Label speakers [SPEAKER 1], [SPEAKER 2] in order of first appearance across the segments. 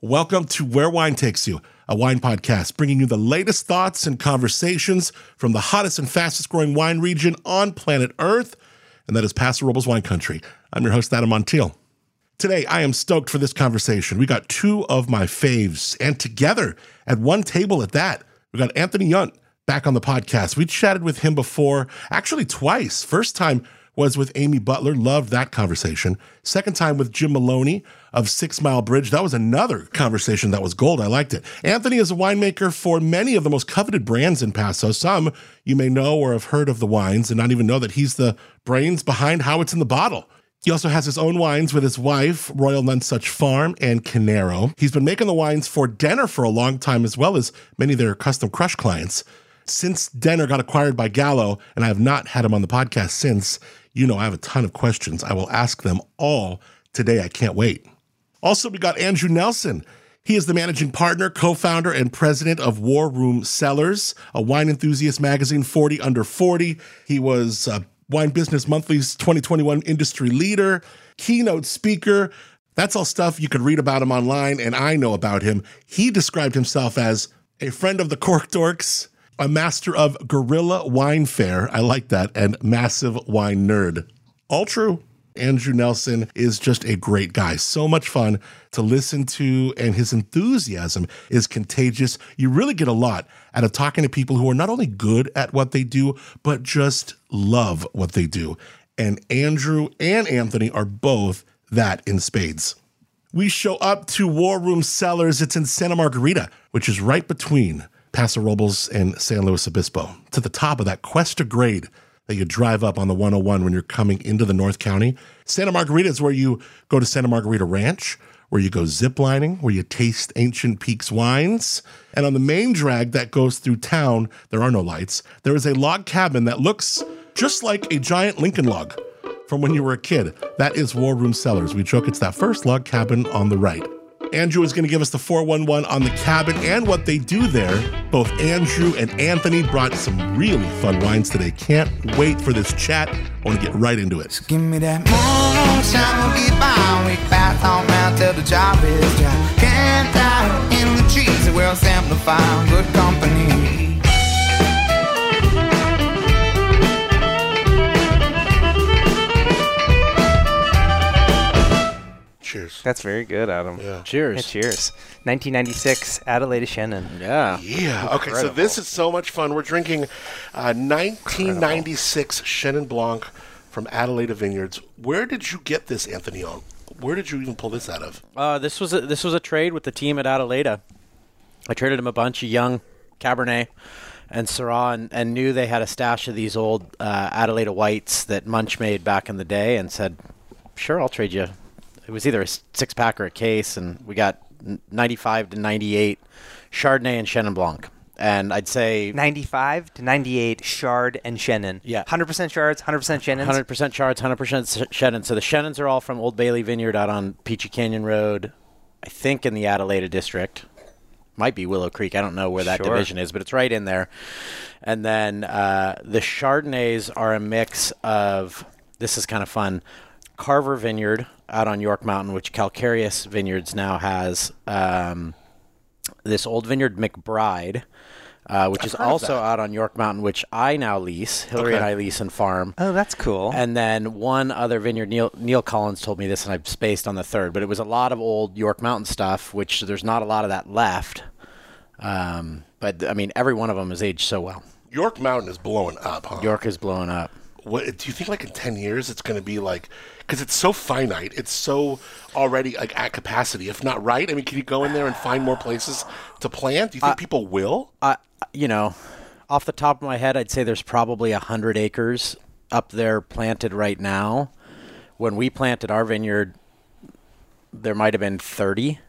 [SPEAKER 1] Welcome to Where Wine Takes You, a wine podcast bringing you the latest thoughts and conversations from the hottest and fastest growing wine region on planet Earth, and that is Paso Robles Wine Country. I'm your host, Adam Montiel. Today, I am stoked for this conversation. We got two of my faves, and together at one table at that, we got Anthony Yunt back on the podcast. We chatted with him before, actually twice. First time was with Amy Butler, loved that conversation. Second time with Jim Maloney of Six Mile Bridge. That was another conversation that was gold. I liked it. Anthony is a winemaker for many of the most coveted brands in Paso. Some you may know or have heard of the wines and not even know that he's the brains behind how it's in the bottle. He also has his own wines with his wife, Royal Nunsuch Farm and Canero. He's been making the wines for Denner for a long time, as well as many of their custom crush clients. Since Denner got acquired by Gallo, and I have not had him on the podcast since, you know I have a ton of questions. I will ask them all today. I can't wait. Also, we got Andrew Nelson. He is the managing partner, co founder, and president of War Room Sellers, a wine enthusiast magazine 40 under 40. He was uh, Wine Business Monthly's 2021 industry leader, keynote speaker. That's all stuff you could read about him online, and I know about him. He described himself as a friend of the Cork Dorks, a master of guerrilla wine fare. I like that, and massive wine nerd. All true. Andrew Nelson is just a great guy. So much fun to listen to, and his enthusiasm is contagious. You really get a lot out of talking to people who are not only good at what they do, but just love what they do. And Andrew and Anthony are both that in spades. We show up to War Room Cellars. It's in Santa Margarita, which is right between Paso Robles and San Luis Obispo, to the top of that Cuesta grade that you drive up on the 101 when you're coming into the North County. Santa Margarita is where you go to Santa Margarita Ranch, where you go ziplining, where you taste ancient peaks wines. And on the main drag that goes through town, there are no lights. There is a log cabin that looks just like a giant Lincoln log from when you were a kid. That is War Room Cellars. We joke it's that first log cabin on the right. Andrew is going to give us the 411 on the cabin and what they do there. Both Andrew and Anthony brought some really fun wines today. Can't wait for this chat. I want to get right into it.
[SPEAKER 2] Give me that moon, moon shine, we'll get by. We pass on round till the job is dry. Can't die in the trees, the world's amplifying good company.
[SPEAKER 1] Cheers.
[SPEAKER 3] That's very good, Adam. Yeah.
[SPEAKER 4] Cheers.
[SPEAKER 3] cheers. 1996, Adelaide Shannon.
[SPEAKER 4] Yeah.
[SPEAKER 1] Yeah. Okay. So this is so much fun. We're drinking uh, 1996 Chenin Blanc from Adelaide Vineyards. Where did you get this, Anthony? On where did you even pull this out of?
[SPEAKER 4] Uh, this was a, this was a trade with the team at Adelaide. I traded them a bunch of young Cabernet and Syrah, and, and knew they had a stash of these old uh, Adelaide whites that Munch made back in the day, and said, "Sure, I'll trade you." It was either a six pack or a case, and we got n- 95 to 98 Chardonnay and Chenin Blanc. And I'd say
[SPEAKER 5] 95 to 98 Shard and Shannon.
[SPEAKER 4] Yeah.
[SPEAKER 5] 100% Shards, 100% Shannons.
[SPEAKER 4] Hundred percent Charts, hundred percent Shannon. So the Shannons are all from Old Bailey Vineyard out on Peachy Canyon Road, I think in the Adelaida district. Might be Willow Creek. I don't know where that
[SPEAKER 5] Sure.
[SPEAKER 4] division is, but it's right in there. And then uh, the Chardonnays are a mix of this is kind of fun. Carver Vineyard out on York Mountain, which Calcareous Vineyards now has. Um, this old vineyard McBride, uh, which is also out on York Mountain, which I now lease. Hillary and I lease and farm.
[SPEAKER 5] Oh, that's cool.
[SPEAKER 4] And then one other vineyard, Neil, Neil Collins told me this, and I've spaced on the third, but it was a lot of old York Mountain stuff, which there's not a lot of that left. Um, but I mean, every one of them is aged so well.
[SPEAKER 1] York Mountain is blowing up. Huh?
[SPEAKER 4] York is blowing up.
[SPEAKER 1] what do you think like in 10 years it's going to be like because it's so finite it's so already like at capacity if not right i mean can you go in there and find more places to plant do you
[SPEAKER 4] Uh,
[SPEAKER 1] think people will
[SPEAKER 4] I, you know, off the top of my head, I'd say there's probably a hundred acres up there planted right now. When we planted our vineyard, there might have been thirty,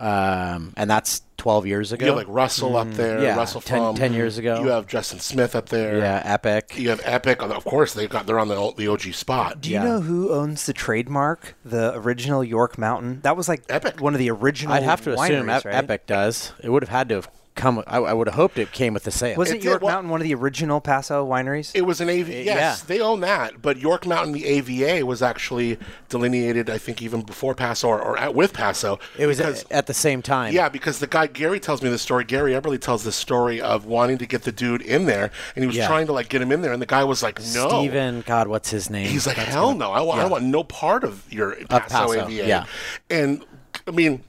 [SPEAKER 4] um, and that's twelve years ago.
[SPEAKER 1] you have like russell up there
[SPEAKER 4] Mm, yeah,
[SPEAKER 1] russell
[SPEAKER 4] 10
[SPEAKER 1] Fromm.
[SPEAKER 4] 10 years ago.
[SPEAKER 1] you have justin smith up there
[SPEAKER 4] yeah, epic.
[SPEAKER 1] you have epic of course they got they're on the, O- the og spot
[SPEAKER 5] Do you know who owns the trademark? The original York Mountain. That was like
[SPEAKER 1] Epic.
[SPEAKER 5] one of the original.
[SPEAKER 4] I'd have to assume
[SPEAKER 5] Oh, wineries,
[SPEAKER 4] Ep-
[SPEAKER 5] right?
[SPEAKER 4] Epic does. It would have had to have come. I, I would have hoped it came with the sale.
[SPEAKER 5] Wasn't
[SPEAKER 1] It did
[SPEAKER 5] York
[SPEAKER 1] well-
[SPEAKER 5] Mountain one of the original Paso wineries?
[SPEAKER 1] It was an AVA. Yes,
[SPEAKER 4] Uh, yeah.
[SPEAKER 1] they own that. But York Mountain, the AVA, was actually delineated, I think, even before Paso or, or at, with Paso.
[SPEAKER 4] it was uh,
[SPEAKER 1] because-
[SPEAKER 4] at, at the same time.
[SPEAKER 1] Yeah, because the guy Gary tells me the story. Gary Eberly tells the story of wanting to get the dude in there, and he was
[SPEAKER 4] Yeah.
[SPEAKER 1] trying to like get him in there, and the guy was like, "No."
[SPEAKER 4] Steven, God, what's his name?
[SPEAKER 1] He's like, "Hell no! I, wa- I want no part of your Paso,
[SPEAKER 4] Paso,
[SPEAKER 1] AVA."
[SPEAKER 4] yeah.
[SPEAKER 1] and I mean.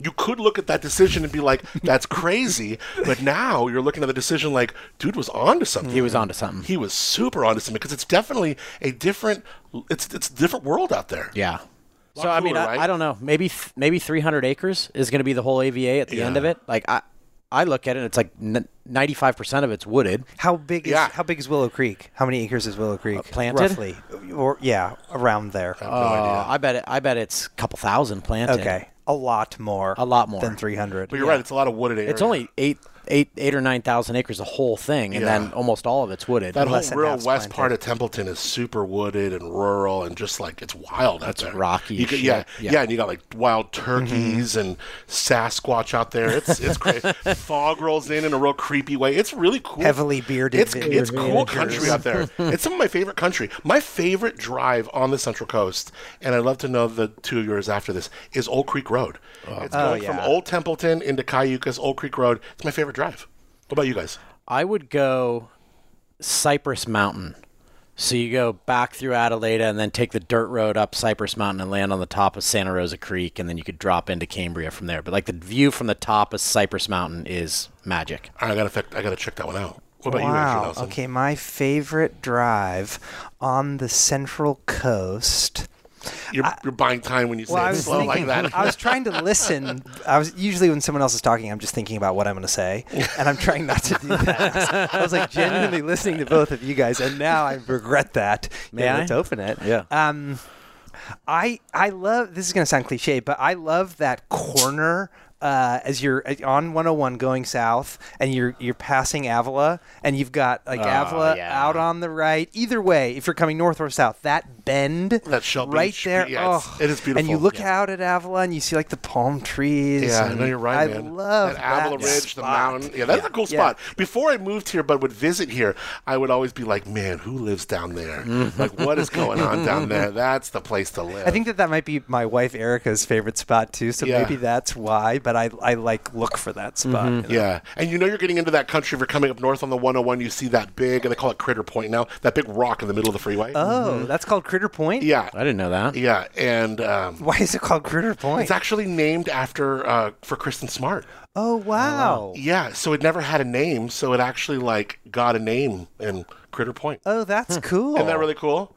[SPEAKER 1] You could look at that decision and be like, "That's crazy," but now you're looking at the decision like, "Dude was onto something."
[SPEAKER 4] He was onto something.
[SPEAKER 1] He was super onto something because it's definitely a different, it's it's a different world out there.
[SPEAKER 4] Yeah.
[SPEAKER 1] Lot
[SPEAKER 4] So I mean,
[SPEAKER 1] cooler,
[SPEAKER 4] I,
[SPEAKER 1] right?
[SPEAKER 4] I don't know. Maybe th- maybe 300 acres is going to be the whole AVA at the end of
[SPEAKER 1] Yeah.
[SPEAKER 4] it. Like I, I look at it, and it's like n- 95% of it's wooded.
[SPEAKER 5] How big is
[SPEAKER 1] Yeah.
[SPEAKER 5] how big is Willow Creek? How many acres is Willow Creek?
[SPEAKER 4] planted?
[SPEAKER 5] roughly, or yeah, around there.
[SPEAKER 4] Uh, I bet it, I bet it's a couple thousand planted.
[SPEAKER 5] okay, a lot more.
[SPEAKER 4] A lot more.
[SPEAKER 5] than three hundred.
[SPEAKER 1] But you're right; it's a lot of wooded area.
[SPEAKER 4] It's only eight eight eight or nine thousand acres, the whole thing, and
[SPEAKER 1] Yeah.
[SPEAKER 4] then almost all of it's wooded.
[SPEAKER 1] That whole
[SPEAKER 5] Less than
[SPEAKER 1] rural
[SPEAKER 5] half's
[SPEAKER 1] Oh, west part of Templeton is super wooded and rural and just like it's wild out there.
[SPEAKER 4] rocky
[SPEAKER 1] You
[SPEAKER 4] as
[SPEAKER 1] could- yeah,
[SPEAKER 4] shit.
[SPEAKER 1] yeah,
[SPEAKER 4] Yeah.
[SPEAKER 1] and you got like wild turkeys and Sasquatch out there. It's it's crazy. Fog rolls in in a real creepy way. It's really cool.
[SPEAKER 5] Heavily bearded
[SPEAKER 1] It's
[SPEAKER 5] villagers.
[SPEAKER 1] it's cool country out there. It's some of my favorite country. My favorite drive on the Central Coast, and I'd love to know the two of yours after this is Old Creek Road. It's going from
[SPEAKER 5] yeah.
[SPEAKER 1] Old Templeton into Cayucas, Old Creek Road. It's my favorite drive. What about you guys?
[SPEAKER 4] I would go Cypress Mountain. So you go back through Adelaida and then take the dirt road up Cypress Mountain and land on the top of Santa Rosa Creek, and then you could drop into Cambria from there. But like the view from the top of Cypress Mountain is magic.
[SPEAKER 1] I gotta fact- I gotta check that one out. What about you, Andrew
[SPEAKER 5] Wow.
[SPEAKER 1] Nelson?
[SPEAKER 5] Okay, my favorite drive on the Central Coast.
[SPEAKER 1] You're, you're buying time when you say
[SPEAKER 5] Well, I
[SPEAKER 1] it
[SPEAKER 5] was
[SPEAKER 1] slow
[SPEAKER 5] thinking,
[SPEAKER 1] like that.
[SPEAKER 5] I was trying to listen. I was usually when someone else is talking, I'm just thinking about what I'm going to say, and I'm trying not to do that. I was like genuinely listening to both of you guys, and now I regret that.
[SPEAKER 4] May
[SPEAKER 5] Yeah,
[SPEAKER 4] I?
[SPEAKER 5] let's open it.
[SPEAKER 4] Yeah.
[SPEAKER 5] Um, I I love this is going to sound cliche, but I love that corner. Uh, as you're uh, on 101 going south, and you're you're passing Avila, and you've got like Avila
[SPEAKER 4] yeah.
[SPEAKER 5] out on the right. Either way, if you're coming north or south, that bend
[SPEAKER 1] That Shell
[SPEAKER 5] right
[SPEAKER 1] Beach,
[SPEAKER 5] there.
[SPEAKER 1] yeah, it's-
[SPEAKER 5] oh,
[SPEAKER 1] it is
[SPEAKER 5] And you
[SPEAKER 1] beautiful.
[SPEAKER 5] look
[SPEAKER 1] Yeah.
[SPEAKER 5] out at Avila and you see like the palm trees.
[SPEAKER 1] Yeah, I
[SPEAKER 5] and
[SPEAKER 1] know you're right,
[SPEAKER 5] I
[SPEAKER 1] man.
[SPEAKER 5] love
[SPEAKER 1] that Avila Ridge, the
[SPEAKER 5] spot.
[SPEAKER 1] mountain. Yeah, that's a cool
[SPEAKER 5] Yeah.
[SPEAKER 1] spot. Before I moved here, but would visit here, I would always be like, "Man, who lives down there? Like, what is going on down there? That's the place to live."
[SPEAKER 5] Mm-hmm. I think that that might be my wife Erica's favorite spot too, so
[SPEAKER 1] Yeah.
[SPEAKER 5] maybe that's why. But I, I like look for that spot. you know?
[SPEAKER 1] Yeah, and you know you're getting into that country if you're coming up north on the 101. You see that big, and they call it Critter Point now. That big rock in the middle of the freeway.
[SPEAKER 5] Oh, that's called Critter Point.
[SPEAKER 1] yeah,
[SPEAKER 4] I didn't know that.
[SPEAKER 1] yeah, and um,
[SPEAKER 5] Why is it called Critter Point?
[SPEAKER 1] it's actually named after uh, for Kristen Smart.
[SPEAKER 5] oh wow.
[SPEAKER 1] Yeah, so it never had a name, so it actually like got a name in Critter Point.
[SPEAKER 5] Oh, that's cool.
[SPEAKER 1] Isn't that really cool?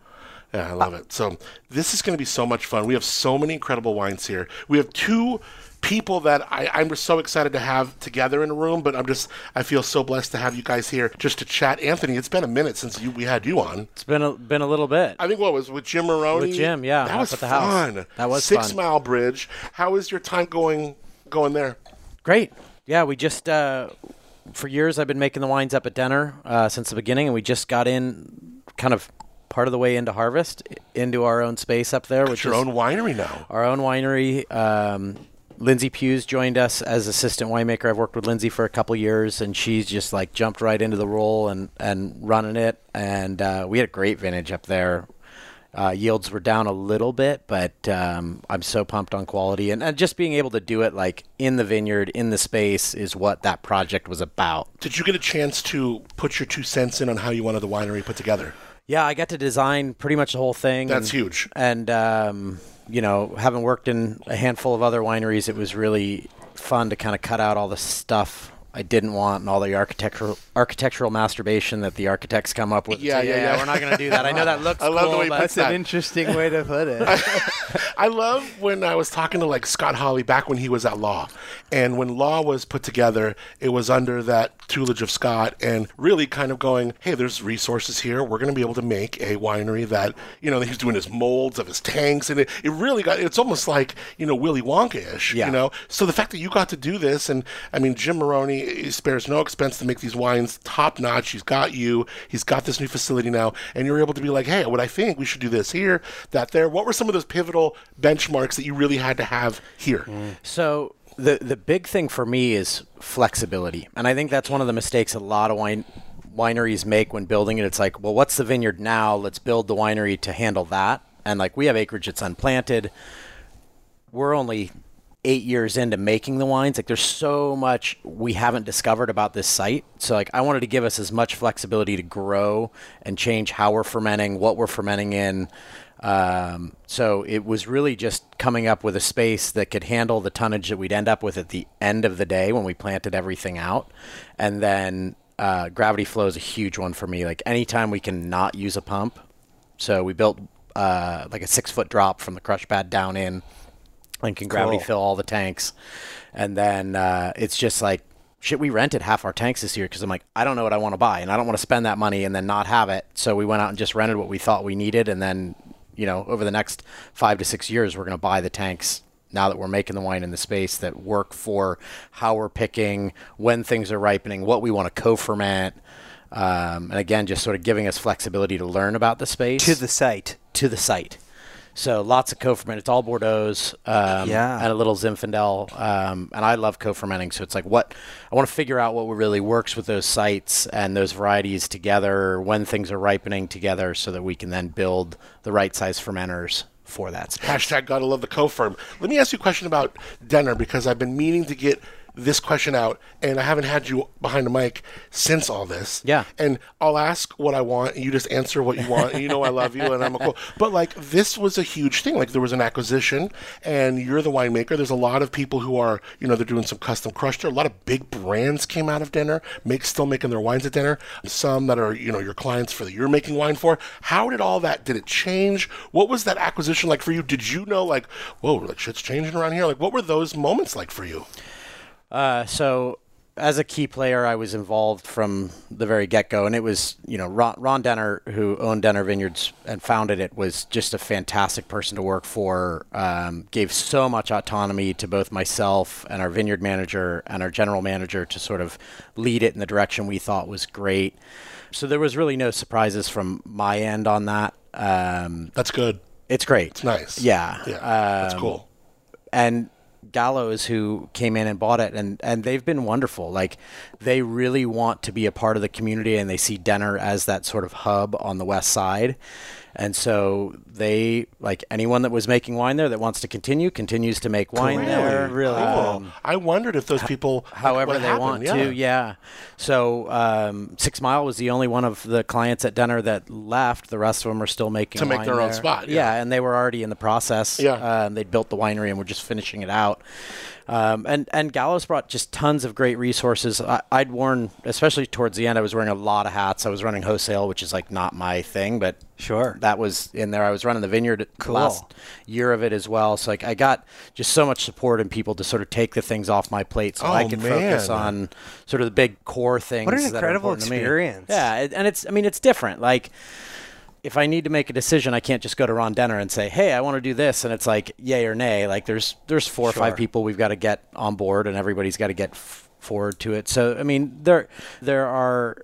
[SPEAKER 1] Yeah, I love it. So this is going to be so much fun. We have so many incredible wines here. We have two people that I, I'm so excited to have together in a room, but I'm just I feel so blessed to have you guys here just to chat. Anthony, it's been a minute since you we had you on.
[SPEAKER 4] It's been a been a little bit.
[SPEAKER 1] I think what was with Jim Maroney.
[SPEAKER 4] With Jim, yeah,
[SPEAKER 1] that
[SPEAKER 4] up
[SPEAKER 1] was
[SPEAKER 4] at the house.
[SPEAKER 1] fun.
[SPEAKER 4] That was
[SPEAKER 1] Six
[SPEAKER 4] fun.
[SPEAKER 1] Mile Bridge. How is your time going going there?
[SPEAKER 4] Great. Yeah, we just uh, for years I've been making the wines up at Denner uh, since the beginning, and we just got in kind of part of the way into harvest i- into our own space up there,
[SPEAKER 1] It's
[SPEAKER 4] which
[SPEAKER 1] your
[SPEAKER 4] is
[SPEAKER 1] own winery now.
[SPEAKER 4] our own winery. Um, Lindsay Hughes joined us as assistant winemaker. I've worked with Lindsay for a couple years, and she's just like jumped right into the role and and running it. And uh, we had a great vintage up there. Uh, yields were down a little bit, but um, I'm so pumped on quality and, and just being able to do it like in the vineyard, in the space, is what that project was about.
[SPEAKER 1] Did you get a chance to put your two cents in on how you wanted the winery put together?
[SPEAKER 4] Yeah, I got to design pretty much the whole thing.
[SPEAKER 1] That's
[SPEAKER 4] and-
[SPEAKER 1] huge.
[SPEAKER 4] And um, you know, having worked in a handful of other wineries, it was really fun to kind of cut out all the stuff I didn't want and all the architectural architectural masturbation that the architects come up with.
[SPEAKER 1] Yeah,
[SPEAKER 4] Say,
[SPEAKER 1] yeah, yeah.
[SPEAKER 4] We're not going to do that. I know that looks.
[SPEAKER 1] I love the
[SPEAKER 4] cool,
[SPEAKER 1] way he
[SPEAKER 4] but-
[SPEAKER 1] puts that.
[SPEAKER 5] interesting way to put it.
[SPEAKER 1] I love when I was talking to like Scott Holly back when he was at Law, and when Law was put together, it was under that tutelage of Scott, and really kind of going, hey, there's resources here. We're going to be able to make a winery that you know he's doing his molds of his tanks, and it, it really got. It's almost like you know Willy Wonka ish.
[SPEAKER 4] Yeah.
[SPEAKER 1] You know, so the fact that you got to do this, and I mean Jim Maroney eh, spares no expense to make these wines top notch. He's got you. He's got this new facility now, and you're able to be like, hey, what I think we should do this here, that there. What were some of those pivotal benchmarks that you really had to have here?
[SPEAKER 4] So the the big thing for me is flexibility, and I think that's one of the mistakes a lot of wine wineries make when building it. It's like, well, what's the vineyard now? Let's build the winery to handle that. And like we have acreage that's unplanted. We're only eight years into making the wines. Like there's so much we haven't discovered about this site. So like I wanted to give us as much flexibility to grow and change how we're fermenting, what we're fermenting in. Um, so it was really just coming up with a space that could handle the tonnage that we'd end up with at the end of the day when we planted everything out. And then uh, gravity flow is a huge one for me. Like anytime we can not use a pump. So we built uh, like a six foot drop from the crush pad down in and can gravity
[SPEAKER 3] Cool.
[SPEAKER 4] fill all the tanks. And then uh, it's just like, shit, we rented half our tanks this year because I'm like, I don't know what I want to buy and I don't want to spend that money and then not have it. So we went out and just rented what we thought we needed. And then, you know, over the next five to six years, we're going to buy the tanks now that we're making the wine in the space that work for how we're picking, when things are ripening, what we want to co ferment. Um, and again, just sort of giving us flexibility to learn about the space
[SPEAKER 5] to the site.
[SPEAKER 4] to the site. So lots of co-ferment. It's all Bordeaux's um,
[SPEAKER 5] Yeah.
[SPEAKER 4] and a little Zinfandel. Um, and I love co-fermenting. So it's like what I want to figure out what really works with those sites and those varieties together, when things are ripening together so that we can then build the right size fermenters for that. space.
[SPEAKER 1] Hashtag gotta love the co firm. Let me ask you a question about Denner because I've been meaning to get this question out and I haven't had you behind the mic since all this.
[SPEAKER 4] Yeah.
[SPEAKER 1] And I'll ask what I want and you just answer what you want. and you know I love you and I'm a cool. But like this was a huge thing. Like there was an acquisition and you're the winemaker. There's a lot of people who are, you know, they're doing some custom crushed. There are A lot of big brands came out of Denner, make still making their wines at Denner. Some that are, you know, your clients for that you're making wine for. How did all that did it change? What was that acquisition like for you? Did you know like, whoa, like shit's changing around here? Like what were those moments like for you?
[SPEAKER 4] Uh, so as a key player, I was involved from the very get go, and it was you know Ron, Ron Denner, who owned Denner Vineyards and founded it, was just a fantastic person to work for. Um, gave so much autonomy to both myself and our vineyard manager and our general manager to sort of lead it in the direction we thought was great. So there was really no surprises from my end on that. Um,
[SPEAKER 1] That's good.
[SPEAKER 4] it's great. It's
[SPEAKER 1] Nice.
[SPEAKER 4] Yeah. Um,
[SPEAKER 1] Yeah. that's cool.
[SPEAKER 4] and Gallows who came in and bought it and and they've been wonderful. Like they really want to be a part of the community and they see Denner as that sort of hub on the west side. And so they like anyone that was making wine there that wants to continue continues to make wine there. Um,
[SPEAKER 1] Cool. I wondered if those people like,
[SPEAKER 4] However
[SPEAKER 1] what
[SPEAKER 4] they
[SPEAKER 1] happened.
[SPEAKER 4] want to, yeah. So um, Six Mile was the only one of the clients at Denner that left. The rest of them are still making
[SPEAKER 1] To make
[SPEAKER 4] wine
[SPEAKER 1] their own
[SPEAKER 4] there.
[SPEAKER 1] spot, yeah.
[SPEAKER 4] Yeah, and they were already in the process.
[SPEAKER 1] Yeah.
[SPEAKER 4] Um, they'd built the winery and were just finishing it out. Um, and, and Gallows brought just tons of great resources. I, I'd worn, especially towards the end, I was wearing a lot of hats. I was running wholesale, which is like not my thing, but
[SPEAKER 5] Sure.
[SPEAKER 4] that was in there. I was running the vineyard the last year of it as well. So like I got just so much support and people to sort of take the things off my plate so I
[SPEAKER 1] Oh,
[SPEAKER 4] could focus
[SPEAKER 1] man.
[SPEAKER 4] on sort of the big core things.
[SPEAKER 5] an
[SPEAKER 4] that are
[SPEAKER 5] incredible
[SPEAKER 4] important to me.
[SPEAKER 5] experience.
[SPEAKER 4] Yeah, it- and it's I mean it's different. Like if I need to make a decision, I can't just go to Ron Denner and say, "Hey, I want to do this," and it's like yay or nay. Like there's there's four or five people we've got to get on board, and everybody's got to get f- forward to it. So I mean there there are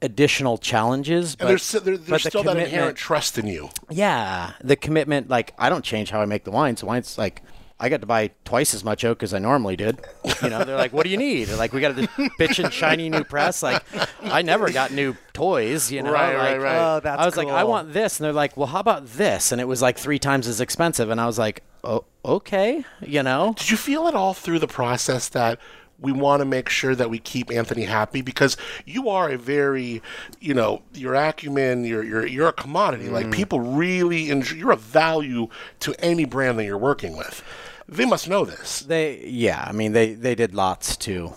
[SPEAKER 4] additional challenges, but
[SPEAKER 1] And there's, there,
[SPEAKER 4] but
[SPEAKER 1] there's
[SPEAKER 4] the
[SPEAKER 1] still that
[SPEAKER 4] commitment-
[SPEAKER 1] inherent trust in you.
[SPEAKER 4] yeah, the commitment. Like, I don't change how I make the wine. So wine's like, I got to buy twice as much oak as I normally did. You know, they're like, "What do you need?" They're like, we got this bitchin' shiny new press. Like, I never got new toys. You know,
[SPEAKER 1] Right, right,
[SPEAKER 4] Like,
[SPEAKER 1] right.
[SPEAKER 5] Oh, that's
[SPEAKER 4] I was like, I
[SPEAKER 5] cool.
[SPEAKER 4] want this, and they're like, well, how about this? And it was like three times as expensive. And I was like, oh, okay, you know.
[SPEAKER 1] Did you feel at all through the process that we want to make sure that we keep Anthony happy because you are a very, you know, your acumen, you're you're you're a commodity. Like
[SPEAKER 4] Mm.
[SPEAKER 1] people really enjoy. You're a value to any brand that you're working with. They must know this.
[SPEAKER 4] They, yeah, I mean, they they did lots too.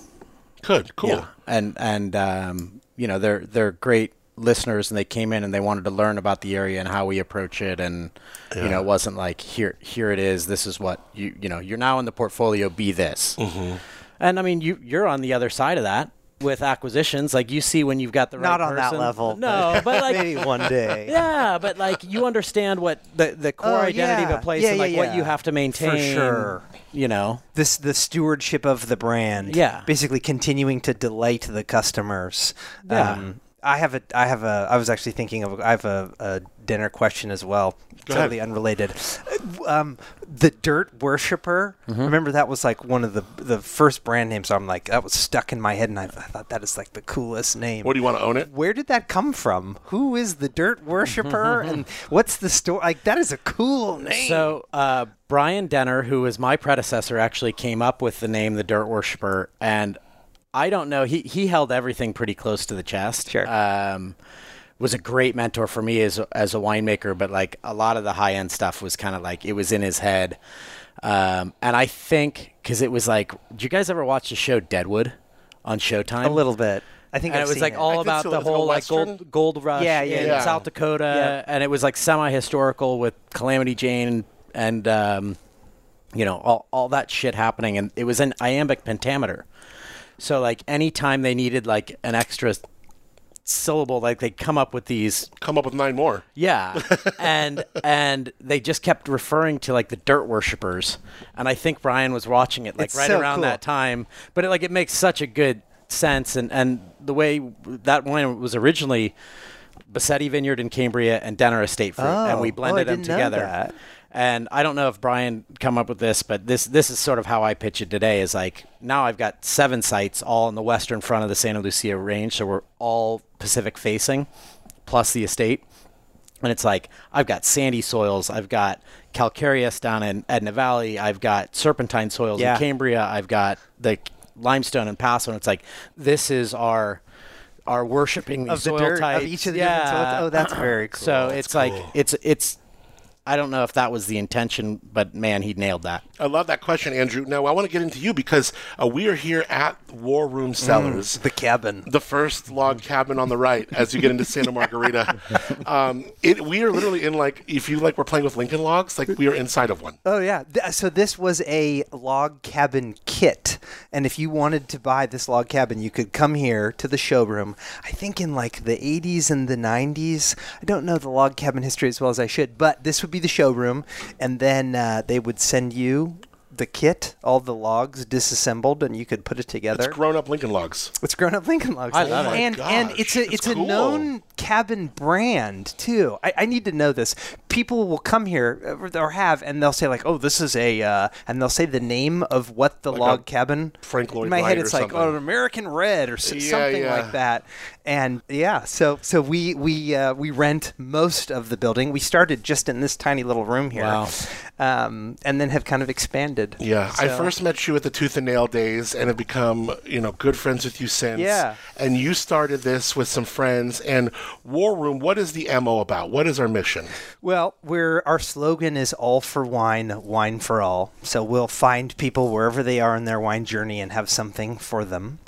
[SPEAKER 1] Good, cool.
[SPEAKER 4] Yeah. And and um, you know they're they're great listeners, and they came in and they wanted to learn about the area and how we approach it, and you know it wasn't like here here it is, this is what you you know you're now in the portfolio, be this. Mm-hmm. And I mean you you're on the other side of that with acquisitions, like you see when you've got the right
[SPEAKER 5] Not on that
[SPEAKER 4] person.
[SPEAKER 5] level,
[SPEAKER 4] No, but like
[SPEAKER 5] Maybe one day.
[SPEAKER 4] yeah, but like you understand what the the core
[SPEAKER 5] Oh,
[SPEAKER 4] identity of
[SPEAKER 5] yeah.
[SPEAKER 4] a place
[SPEAKER 5] Yeah,
[SPEAKER 4] and
[SPEAKER 5] yeah,
[SPEAKER 4] like
[SPEAKER 5] yeah.
[SPEAKER 4] what you have to maintain.
[SPEAKER 5] sure.
[SPEAKER 4] You know.
[SPEAKER 5] This the stewardship of the brand.
[SPEAKER 4] Yeah.
[SPEAKER 5] Basically continuing to delight the customers. Um,
[SPEAKER 4] Yeah.
[SPEAKER 5] I have a I have a I was actually thinking of I have a, a dinner question as well.
[SPEAKER 1] Go
[SPEAKER 5] totally
[SPEAKER 1] ahead.
[SPEAKER 5] unrelated. Um, the Dirt Worshipper.
[SPEAKER 4] Mm-hmm.
[SPEAKER 5] Remember that was like one of the the first brand names. I'm like that was stuck in my head, and I, I thought that is like the coolest name.
[SPEAKER 1] What do you want to own it?
[SPEAKER 5] Where did that come from? Who is the Dirt Worshipper, and what's the story? Like that is a cool name.
[SPEAKER 4] So uh, Brian Denner, who was my predecessor, actually came up with the name the Dirt Worshipper, and I don't know. He he held everything pretty close to the chest.
[SPEAKER 3] Sure.
[SPEAKER 4] Um, was a great mentor for me as as a winemaker, but like a lot of the high end stuff was kind of like it was in his head. Um, and I think because it was like, do you guys ever watch the show Deadwood on Showtime?
[SPEAKER 5] a little bit. I think
[SPEAKER 4] and
[SPEAKER 5] I've
[SPEAKER 4] it was
[SPEAKER 5] seen
[SPEAKER 4] like
[SPEAKER 1] I
[SPEAKER 4] all
[SPEAKER 1] think
[SPEAKER 4] about
[SPEAKER 1] so.
[SPEAKER 4] the
[SPEAKER 1] It's like a
[SPEAKER 4] whole like
[SPEAKER 1] Western?
[SPEAKER 4] gold gold rush
[SPEAKER 5] Yeah, yeah,
[SPEAKER 4] in
[SPEAKER 1] yeah.
[SPEAKER 4] South Dakota,
[SPEAKER 5] Yeah.
[SPEAKER 4] and it was like semi historical with Calamity Jane and um, you know all all that shit happening, and it was an iambic pentameter. So like any time they needed like an extra s- syllable, like they come up with these
[SPEAKER 1] Come up with nine more.
[SPEAKER 4] yeah, and and they just kept referring to like the dirt worshippers, and I think Brian was watching it like
[SPEAKER 5] It's
[SPEAKER 4] right
[SPEAKER 5] so
[SPEAKER 4] around
[SPEAKER 5] cool.
[SPEAKER 4] that time. But it, like it makes such a good sense, and and the way that wine was originally Bassetti Vineyard in Cambria and Denner Estate fruit,
[SPEAKER 5] Oh.
[SPEAKER 4] and we
[SPEAKER 5] Oh, I
[SPEAKER 4] blended them
[SPEAKER 5] didn't know
[SPEAKER 4] together.
[SPEAKER 5] that.
[SPEAKER 4] And I don't know if Brian come up with this, but this this is sort of how I pitch it today. Is like now I've got seven sites all in the western front of the Santa Lucia Range, so we're all Pacific facing, plus the estate. And it's like I've got sandy soils, I've got calcareous down in Edna Valley, I've got serpentine soils
[SPEAKER 5] Yeah.
[SPEAKER 4] in Cambria, I've got the limestone in Paso, and it's like this is our our worshiping these
[SPEAKER 5] of the
[SPEAKER 4] soil
[SPEAKER 5] dirt
[SPEAKER 4] types.
[SPEAKER 5] of each of the
[SPEAKER 4] yeah.
[SPEAKER 5] different soils. Oh, that's very cool.
[SPEAKER 4] So it's like it's it's I don't know if that was the intention, but man, he nailed that.
[SPEAKER 1] I love that question, Andrew. Now I want to get into you because uh, we are here at War Room Cellars.
[SPEAKER 5] the cabin.
[SPEAKER 1] the first log cabin on the right as you get into Santa Margarita. um, it, we are literally in like if you like we're playing with Lincoln logs, like we are inside of one.
[SPEAKER 5] Oh yeah. Th- so this was a log cabin kit, and if you wanted to buy this log cabin, you could come here to the showroom. I think in like the 80s and the 90s. I don't know the log cabin history as well as I should, but this would be the showroom, and then uh, they would send you the kit, all the logs disassembled, and you could put it together.
[SPEAKER 1] It's grown up Lincoln logs.
[SPEAKER 5] It's grown up Lincoln Logs.
[SPEAKER 4] I love Oh my it.
[SPEAKER 5] And and
[SPEAKER 1] gosh,
[SPEAKER 5] it's a
[SPEAKER 1] that's
[SPEAKER 5] it's
[SPEAKER 1] cool.
[SPEAKER 5] a known cabin brand too. I, I need to know this. People will come here uh, or have and they'll say like, oh, this is a uh, and they'll say the name of what the log
[SPEAKER 1] a
[SPEAKER 5] cabin.
[SPEAKER 1] Frank Lloyd
[SPEAKER 5] In my
[SPEAKER 1] Wright
[SPEAKER 5] head, it's
[SPEAKER 1] or
[SPEAKER 5] like
[SPEAKER 1] something.
[SPEAKER 5] oh, an American Red or s-
[SPEAKER 1] Yeah,
[SPEAKER 5] something
[SPEAKER 1] yeah.
[SPEAKER 5] like that. And yeah, so so we we uh, we rent most of the building. We started just in this tiny little room here,
[SPEAKER 4] Wow.
[SPEAKER 5] um, and then have kind of expanded.
[SPEAKER 1] Yeah, I
[SPEAKER 5] So-
[SPEAKER 1] first met you at the Tooth and Nail days, and have become you know good friends with you since.
[SPEAKER 5] Yeah.
[SPEAKER 1] and you started this with some friends. And War Room, what is the mo about? What is our mission?
[SPEAKER 5] Well, we're our slogan is all for wine, wine for all. So we'll find people wherever they are in their wine journey and have something for them.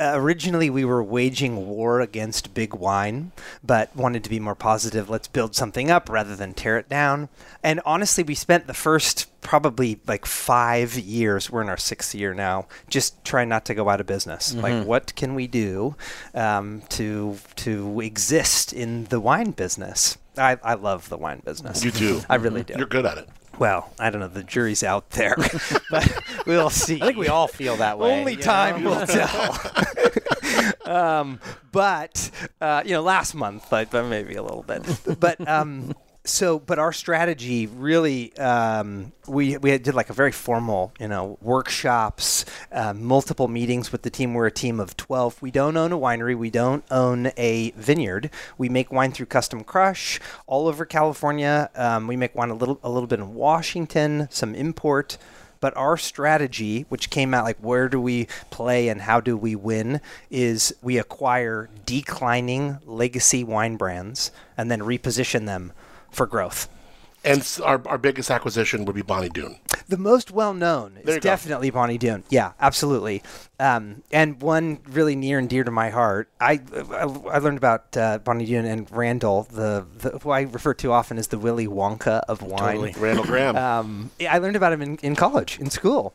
[SPEAKER 5] Uh, originally, we were waging war against big wine, but wanted to be more positive. Let's build something up rather than tear it down. And honestly, we spent the first probably like five years, we're in our sixth year now, just trying not to go out of business. Like, what can we do um, to, to exist in the wine business? I, I love the wine business.
[SPEAKER 1] You do.
[SPEAKER 5] I really do.
[SPEAKER 4] Mm-hmm.
[SPEAKER 1] You're good at it.
[SPEAKER 5] well, I don't know. The jury's out there, but we'll see.
[SPEAKER 4] I think we all feel that way.
[SPEAKER 5] Only
[SPEAKER 4] you
[SPEAKER 5] time
[SPEAKER 4] know?
[SPEAKER 5] will tell. um, but uh, you know, last month, I, but maybe a little bit. But um, so, but our strategy really, um, we we did like a very formal, you know, workshops, uh, multiple meetings with the team. We're a team of twelve. We don't own a winery. We don't own a vineyard. We make wine through custom crush all over California. Um, we make wine a little a little bit in Washington, some import. But our strategy, which came out like where do we play and how do we win, is we acquire declining legacy wine brands and then reposition them for growth.
[SPEAKER 1] And s- our our biggest acquisition would be Bonnie Doon.
[SPEAKER 5] The most well known
[SPEAKER 1] There
[SPEAKER 5] is
[SPEAKER 1] you go.
[SPEAKER 5] definitely Bonnie Doon. Yeah, absolutely. Um, and one really near and dear to my heart. I I, I learned about uh, Bonnie Doon and Randall, the, the who I refer to often as the Willy Wonka of wine.
[SPEAKER 1] Randall Graham.
[SPEAKER 5] um, yeah, I learned about him in, in college, in school.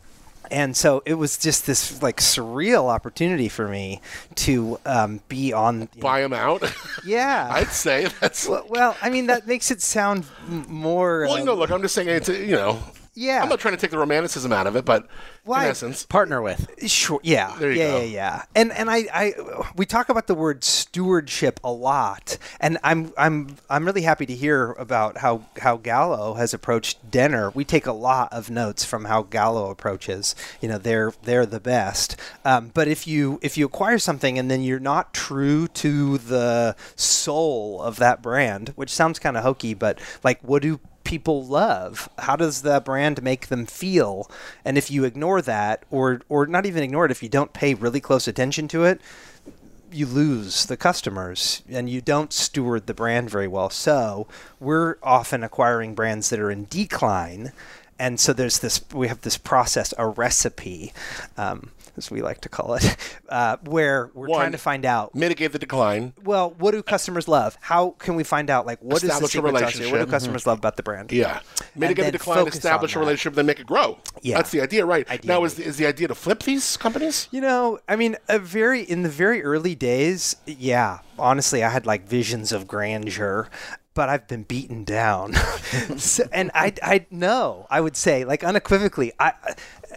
[SPEAKER 5] And so it was just this like surreal opportunity for me to um, be on.
[SPEAKER 1] Buy him out.
[SPEAKER 5] yeah.
[SPEAKER 1] I'd say that's
[SPEAKER 5] well, well, I mean that makes it sound m- more.
[SPEAKER 1] Well,
[SPEAKER 5] uh,
[SPEAKER 1] you know, look, I'm just saying it's uh, you know
[SPEAKER 5] Yeah.
[SPEAKER 1] I'm not trying to take the romanticism out of it, but
[SPEAKER 5] Why?
[SPEAKER 1] in essence,
[SPEAKER 4] Partner with.
[SPEAKER 5] Sure. Yeah.
[SPEAKER 1] There you
[SPEAKER 5] yeah,
[SPEAKER 1] go.
[SPEAKER 5] yeah. Yeah. And and I, I we talk about the word stewardship a lot, and I'm I'm I'm really happy to hear about how how Gallo has approached Denner. We take a lot of notes from how Gallo approaches. You know, they're they're the best. Um, but if you if you acquire something and then you're not true to the soul of that brand, which sounds kind of hokey, but like what do people love how does the brand make them feel and if you ignore that or or not even ignore it if you don't pay really close attention to it you lose the customers and you don't steward the brand very well so we're often acquiring brands that are in decline and so there's this we have this process a recipe um, as we like to call it uh, where we're
[SPEAKER 1] One.
[SPEAKER 5] trying to find out
[SPEAKER 1] mitigate the decline.
[SPEAKER 5] well, what do customers love? How can we find out like what is the
[SPEAKER 1] Establish a
[SPEAKER 5] secret sauce here? What do
[SPEAKER 1] relationship. Mm-hmm.
[SPEAKER 5] customers love about the brand?
[SPEAKER 1] Yeah. Mitigate the
[SPEAKER 5] then
[SPEAKER 1] decline,
[SPEAKER 5] focus
[SPEAKER 1] establish
[SPEAKER 5] on
[SPEAKER 1] a
[SPEAKER 5] that.
[SPEAKER 1] relationship, then make it grow.
[SPEAKER 5] Yeah.
[SPEAKER 1] That's the idea, right? Now, is
[SPEAKER 5] Ideally.
[SPEAKER 1] the, is the idea to flip these companies?
[SPEAKER 5] You know, I mean, a very in the very early days, yeah. Honestly, I had like visions of grandeur, but I've been beaten down. so, and I, I no, I would say like unequivocally, I,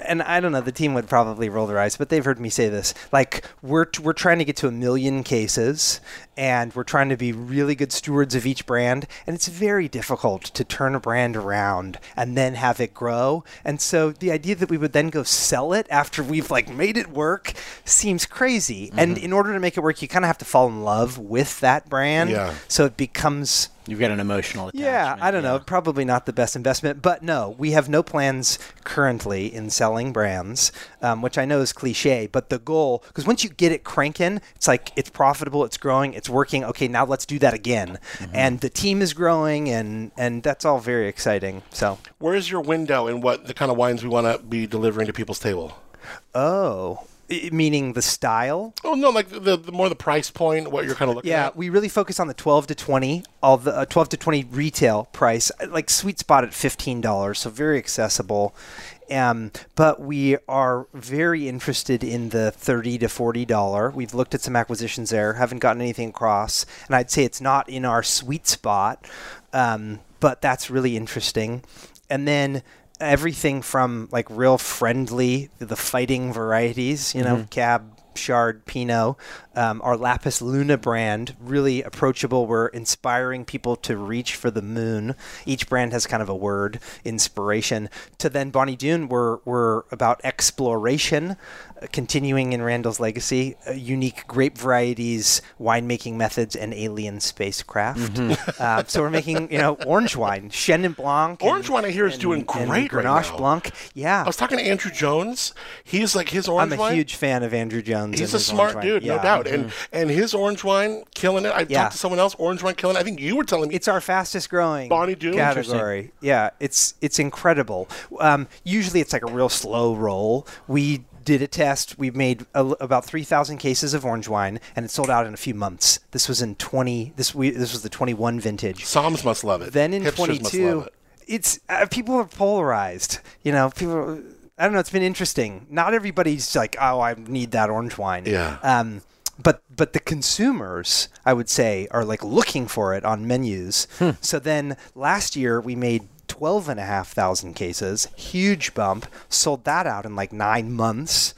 [SPEAKER 5] and I don't know. The team would probably roll their eyes, but they've heard me say this. Like we're we're trying to get to a million cases, and we're trying to be really good stewards of each brand. And it's very difficult to turn a brand around and then have it grow. And so the idea that we would then go sell it after we've like made it work seems crazy. And in order to make it work, you kind of have to fall in love with that brand.
[SPEAKER 1] Yeah.
[SPEAKER 5] So it becomes
[SPEAKER 4] You've got an emotional attachment.
[SPEAKER 5] yeah, I don't know. Probably not the best investment, but no, we have no plans currently in selling brands, um, which I know is cliche. But the goal, because once you get it cranking, it's like it's profitable, it's growing, it's working. Okay, now let's do that again. And the team is growing, and and that's all very exciting. So,
[SPEAKER 1] Where's your window and what the kind of wines we want to be delivering to people's table?
[SPEAKER 5] oh, i- meaning the style.
[SPEAKER 1] Oh, no, like the, the more the price point, what you're kind of looking
[SPEAKER 5] Yeah,
[SPEAKER 1] at.
[SPEAKER 5] we really focus on the 12 to 20, all the uh, 12 to 20 retail price, uh, like sweet spot at $15, so very accessible. Um, but we are very interested in the 30 to 40 dollar. We've looked at some acquisitions there, haven't gotten anything across, and I'd say it's not in our sweet spot. Um, but that's really interesting. And then everything from like real friendly, the fighting varieties, you know, cab, Chard, Pinot, um, our Lapis Luna brand, really approachable. We're inspiring people to reach for the moon. Each brand has kind of a word, inspiration. To then Bonnie Doon, we're, we're about exploration, uh, continuing in Randall's legacy, uh, unique grape varieties, winemaking methods, and alien spacecraft.
[SPEAKER 1] Mm-hmm.
[SPEAKER 5] Uh, so we're making, you know, orange wine, Chenin Blanc. and-
[SPEAKER 1] Orange wine I hear is doing
[SPEAKER 5] and
[SPEAKER 1] great right
[SPEAKER 5] Grenache
[SPEAKER 1] now.
[SPEAKER 5] Blanc. Yeah.
[SPEAKER 1] I was talking to Andrew Jones. He's like his orange
[SPEAKER 5] I'm a
[SPEAKER 1] wine.
[SPEAKER 5] huge fan of Andrew Jones.
[SPEAKER 1] He's
[SPEAKER 5] and
[SPEAKER 1] a
[SPEAKER 5] his
[SPEAKER 1] smart
[SPEAKER 5] orange wine.
[SPEAKER 1] dude, no
[SPEAKER 5] Yeah. Mm-hmm.
[SPEAKER 1] doubt. And and his orange wine killing it. I
[SPEAKER 5] Yeah.
[SPEAKER 1] talked to someone else, orange wine killing it. I think you were telling me
[SPEAKER 5] It's our fastest growing
[SPEAKER 1] Bonnie Doon?
[SPEAKER 5] category. Yeah, it's it's incredible. Um, usually, it's like a real slow roll. We did a test. We made a, about three thousand cases of orange wine, and it sold out in a few months. This was in twenty. This we this was the twenty one vintage.
[SPEAKER 1] Psalms must love it.
[SPEAKER 5] Then in
[SPEAKER 1] Hipsters must love
[SPEAKER 5] 22,
[SPEAKER 1] it.
[SPEAKER 5] it's uh, people are polarized. You know, people. I don't know. It's been interesting. Not everybody's like, oh, I need that orange wine.
[SPEAKER 1] Yeah.
[SPEAKER 5] Um, but but the consumers, I would say, are like looking for it on menus.
[SPEAKER 1] Hmm.
[SPEAKER 5] So then last year we made. Twelve and a half thousand cases, huge bump. Sold that out in like nine months.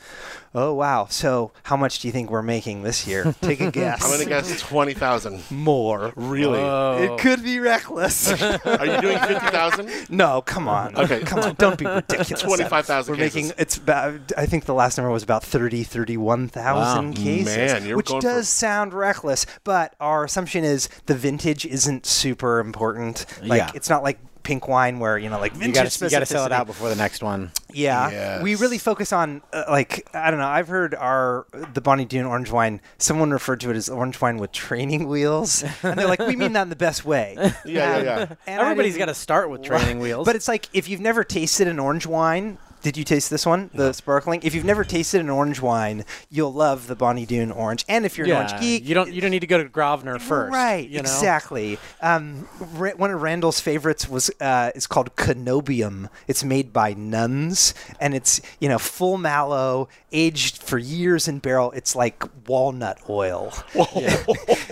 [SPEAKER 5] Oh wow! So how much do you think we're making this year? Take a guess.
[SPEAKER 1] I'm gonna guess twenty thousand.
[SPEAKER 5] more.
[SPEAKER 1] Really?
[SPEAKER 5] It could be reckless.
[SPEAKER 1] Are you doing fifty thousand?
[SPEAKER 5] No, come on.
[SPEAKER 1] Okay.
[SPEAKER 5] Come on. Don't be ridiculous.
[SPEAKER 1] 25,000
[SPEAKER 5] We're
[SPEAKER 1] cases.
[SPEAKER 5] making it's about I think the last number was about 30 31,000 cases,
[SPEAKER 1] Man, you're
[SPEAKER 5] which
[SPEAKER 1] going
[SPEAKER 5] does
[SPEAKER 1] for-
[SPEAKER 5] sound reckless, but our assumption is the vintage isn't super important. Like
[SPEAKER 4] Yeah.
[SPEAKER 5] it's not like pink wine where, you know, like
[SPEAKER 4] You
[SPEAKER 5] vintage
[SPEAKER 4] gotta, you gotta sell it
[SPEAKER 5] specificity.
[SPEAKER 4] out before the next one.
[SPEAKER 5] Yeah, we
[SPEAKER 1] Yes.
[SPEAKER 5] really focus on uh, like I don't know. I've heard our the Bonnie Doon orange wine. Someone referred to it as orange wine with training wheels, and they're like, we mean that in the best way.
[SPEAKER 1] Yeah, yeah, yeah.
[SPEAKER 4] Everybody's
[SPEAKER 5] got
[SPEAKER 4] gotta start with training wheels.
[SPEAKER 5] But it's like if you've never tasted an orange wine. Did you taste this one, the sparkling? If you've never tasted an orange wine, you'll love the Bonnie Doon orange. And if you're
[SPEAKER 4] yeah,
[SPEAKER 5] an orange geek,
[SPEAKER 4] you don't you don't need to go to Grosvenor first.
[SPEAKER 5] Right,
[SPEAKER 4] you know?
[SPEAKER 5] exactly. Um, Ra- one of Randall's favorites was uh, it's called Canobium. It's made by nuns, and it's you know full mallow, aged for years in barrel. It's like walnut oil,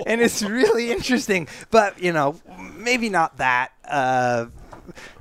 [SPEAKER 5] and it's really interesting. But you know, maybe not that. Uh,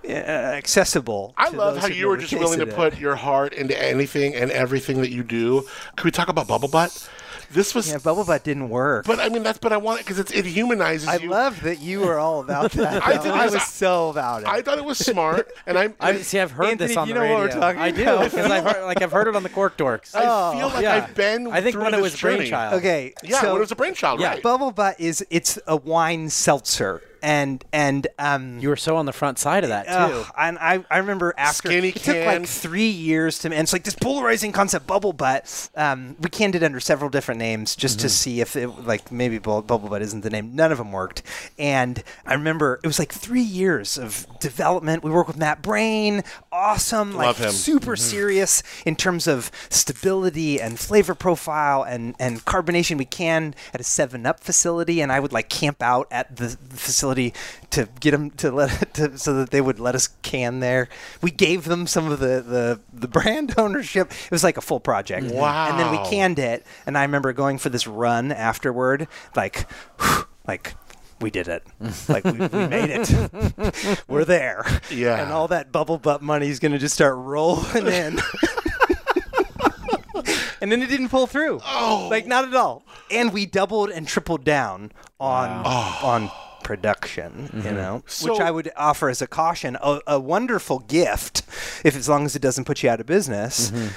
[SPEAKER 5] uh, accessible.
[SPEAKER 1] I
[SPEAKER 5] to
[SPEAKER 1] love
[SPEAKER 5] those
[SPEAKER 1] how
[SPEAKER 5] who
[SPEAKER 1] you were
[SPEAKER 5] never
[SPEAKER 1] just willing to
[SPEAKER 5] tasted it.
[SPEAKER 1] put your heart into anything and everything that you do. Can we talk about Bubble Butt? This was,
[SPEAKER 5] Yeah, bubble butt didn't work.
[SPEAKER 1] but I mean that's, but I want it because it humanizes
[SPEAKER 5] I
[SPEAKER 1] you.
[SPEAKER 5] love that you were all about that.
[SPEAKER 1] I
[SPEAKER 5] I,
[SPEAKER 1] did
[SPEAKER 5] I
[SPEAKER 1] this-
[SPEAKER 5] was so about it.
[SPEAKER 1] I thought it was smart, and I'm.
[SPEAKER 4] I see. I've heard
[SPEAKER 5] Anthony,
[SPEAKER 4] this on
[SPEAKER 5] you
[SPEAKER 4] the
[SPEAKER 5] know
[SPEAKER 4] radio.
[SPEAKER 5] what we're talking
[SPEAKER 4] I do
[SPEAKER 5] about.
[SPEAKER 4] because I've heard, like I've heard it on the Cork Dorks.
[SPEAKER 5] oh,
[SPEAKER 1] I feel like
[SPEAKER 4] yeah.
[SPEAKER 1] I've been.
[SPEAKER 4] I think
[SPEAKER 1] through
[SPEAKER 4] when it
[SPEAKER 1] this
[SPEAKER 4] was
[SPEAKER 1] journey.
[SPEAKER 4] Brainchild.
[SPEAKER 5] okay,
[SPEAKER 1] Yeah,
[SPEAKER 5] so
[SPEAKER 1] when it was a brainchild,
[SPEAKER 4] Yeah.
[SPEAKER 1] right?
[SPEAKER 5] bubble butt is it's a wine seltzer, and and um.
[SPEAKER 4] You were so on the front side of that too.
[SPEAKER 5] Ugh, and I, I remember after
[SPEAKER 1] Skinny
[SPEAKER 5] it took
[SPEAKER 1] can.
[SPEAKER 5] like three years to and it's like this polarizing concept bubble butt. Um, we canned it under several different names just to see if it like maybe bu- bubble butt isn't the name. None of them worked. And I remember it was like three years of development. We worked with Matt Brain, awesome,
[SPEAKER 1] Love
[SPEAKER 5] like
[SPEAKER 1] him.
[SPEAKER 5] super serious in terms of stability and flavor profile and, and carbonation. We can at a Seven Up facility, and I would like camp out at the the facility to get them to let to, so that they would let us can there. We gave them some of the the, the brand ownership. It was like a full project.
[SPEAKER 1] Wow.
[SPEAKER 5] And then we canned it, and I remember going for this run afterward, like, like. We did it. Like, we, we made it. We're there.
[SPEAKER 1] Yeah.
[SPEAKER 5] And all all that bubble butt money is going to just start rolling in. and then it didn't pull through. Oh. Like, not at all. And we doubled and tripled down on on production, you know, which
[SPEAKER 1] Mm-hmm. So-
[SPEAKER 5] I would offer as a caution, a, a wonderful gift, if as long as it doesn't put you out of business.
[SPEAKER 1] Mm-hmm.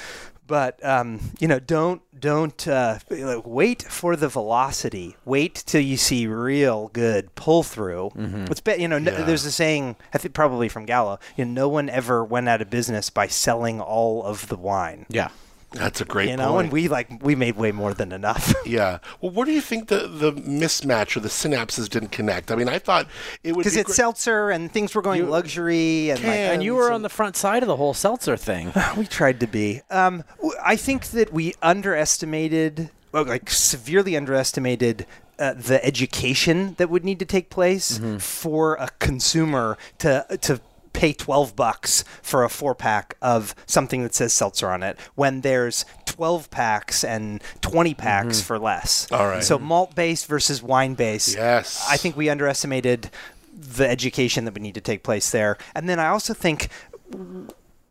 [SPEAKER 5] But um, you know, don't don't uh, like, wait for the velocity. Wait till you see real good pull through.
[SPEAKER 1] Mm-hmm.
[SPEAKER 5] It's bet you know. No, there's a saying I think probably from Gallo. You know, no one ever went out of business by selling all of the wine.
[SPEAKER 4] Yeah.
[SPEAKER 1] That's a great
[SPEAKER 5] You
[SPEAKER 1] point.
[SPEAKER 5] know, and we like we made way more than enough.
[SPEAKER 1] yeah. Well, where do you think the, the mismatch or the synapses didn't connect? I mean, I thought it would
[SPEAKER 5] Because
[SPEAKER 1] be
[SPEAKER 5] it's
[SPEAKER 1] gre-
[SPEAKER 5] seltzer and things were going luxury and like,
[SPEAKER 4] And you were on the front side of the whole seltzer thing.
[SPEAKER 5] We tried to be. Um, w- I think that we underestimated, well, like severely underestimated, uh, the education that would need to take place
[SPEAKER 1] Mm-hmm.
[SPEAKER 5] for a consumer to to pay 12 bucks for a four pack of something that says seltzer on it when there's 12 packs and 20 packs for less.
[SPEAKER 1] Mm-hmm. All right.
[SPEAKER 5] So malt based versus wine based.
[SPEAKER 1] Yes.
[SPEAKER 5] I think we underestimated the education that would need to take place there. And then I also think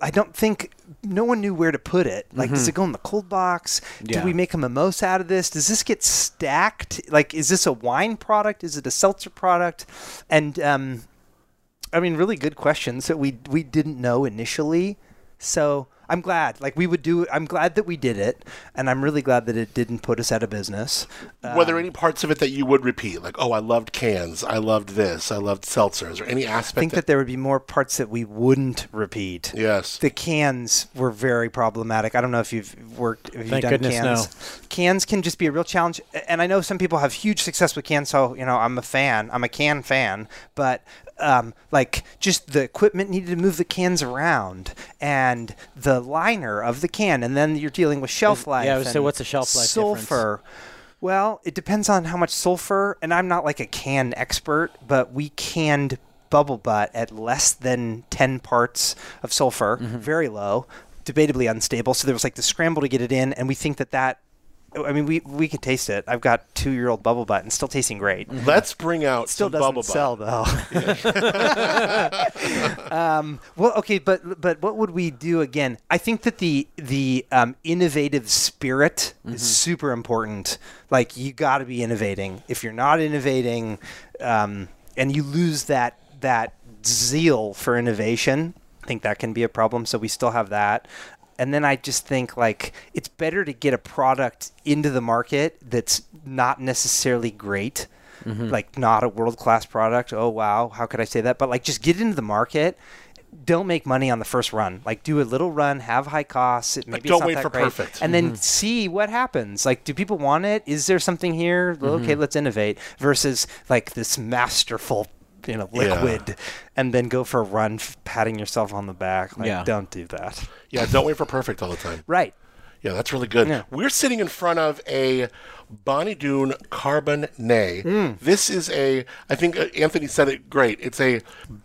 [SPEAKER 5] I don't think no one knew where to put it. Like, does it go in the cold box?
[SPEAKER 4] Yeah.
[SPEAKER 5] Do we make a mimosa out of this? Does this get stacked? Like, is this a wine product? Is it a seltzer product? And um, I mean, really good questions that we we didn't know initially. So I'm glad. Like, we would do. I'm glad that we did it, and I'm really glad that it didn't put us out of business.
[SPEAKER 1] Were
[SPEAKER 5] Um,
[SPEAKER 1] there any parts of it that you would repeat? Like, oh, I loved cans. I loved this. I loved seltzers. Or any aspect?
[SPEAKER 5] I think that there would be more parts that we wouldn't repeat.
[SPEAKER 1] yes.
[SPEAKER 5] The cans were very problematic. I don't know if you've worked, if you've
[SPEAKER 4] Thank
[SPEAKER 5] done
[SPEAKER 4] goodness,
[SPEAKER 5] cans. Cans can just be a real challenge, and I know some people have huge success with cans. So you know, I'm a fan. I'm a can fan, but um, like just the equipment needed to move the cans around, and the liner of the can, and then you're dealing with shelf life.
[SPEAKER 4] I was gonna say,
[SPEAKER 5] and
[SPEAKER 4] what's the shelf life difference?
[SPEAKER 5] Sulfur sulfur? Well, it depends on how much sulfur, and I'm not like a can expert, but we canned bubble butt at less than 10 parts of sulfur,
[SPEAKER 4] Mm-hmm.
[SPEAKER 5] very low, debatably unstable. So there was like the scramble to get it in, and we think that that. I mean, we we could taste it. I've got two year old bubble butt and still tasting great.
[SPEAKER 1] Let's bring out
[SPEAKER 5] Still
[SPEAKER 1] some
[SPEAKER 5] doesn't
[SPEAKER 1] bubble butt.
[SPEAKER 5] sell though. um, well, okay, but but what would we do again? I think that the the um, innovative spirit is
[SPEAKER 1] Mm-hmm.
[SPEAKER 5] super important. Like you got to be innovating. If you're not innovating, um, and you lose that that zeal for innovation, I think that can be a problem. So we still have that. And then I just think like it's better to get a product into the market that's not necessarily great
[SPEAKER 1] Mm-hmm.
[SPEAKER 5] like not a world class product. Oh wow, how could I say that? But like just get into the market. Don't make money on the first run. Like do a little run, have high costs. It, maybe it's
[SPEAKER 1] don't
[SPEAKER 5] not
[SPEAKER 1] wait
[SPEAKER 5] that
[SPEAKER 1] for
[SPEAKER 5] great.
[SPEAKER 1] perfect. Mm-hmm.
[SPEAKER 5] And then see what happens. Like do people want it? Is there something here? Well, Okay,
[SPEAKER 1] Mm-hmm.
[SPEAKER 5] let's innovate versus like this masterful you know liquid and then go for a run f- patting yourself on the back like
[SPEAKER 4] Yeah.
[SPEAKER 5] don't do that
[SPEAKER 1] Yeah, don't wait for perfect all the time.
[SPEAKER 5] right
[SPEAKER 1] Yeah, that's really good.
[SPEAKER 5] Yeah.
[SPEAKER 1] We're sitting in front of a Bonnie Doon Carbon Nay.
[SPEAKER 5] Hmm.
[SPEAKER 1] This is a, I think uh, Anthony said it great. It's a,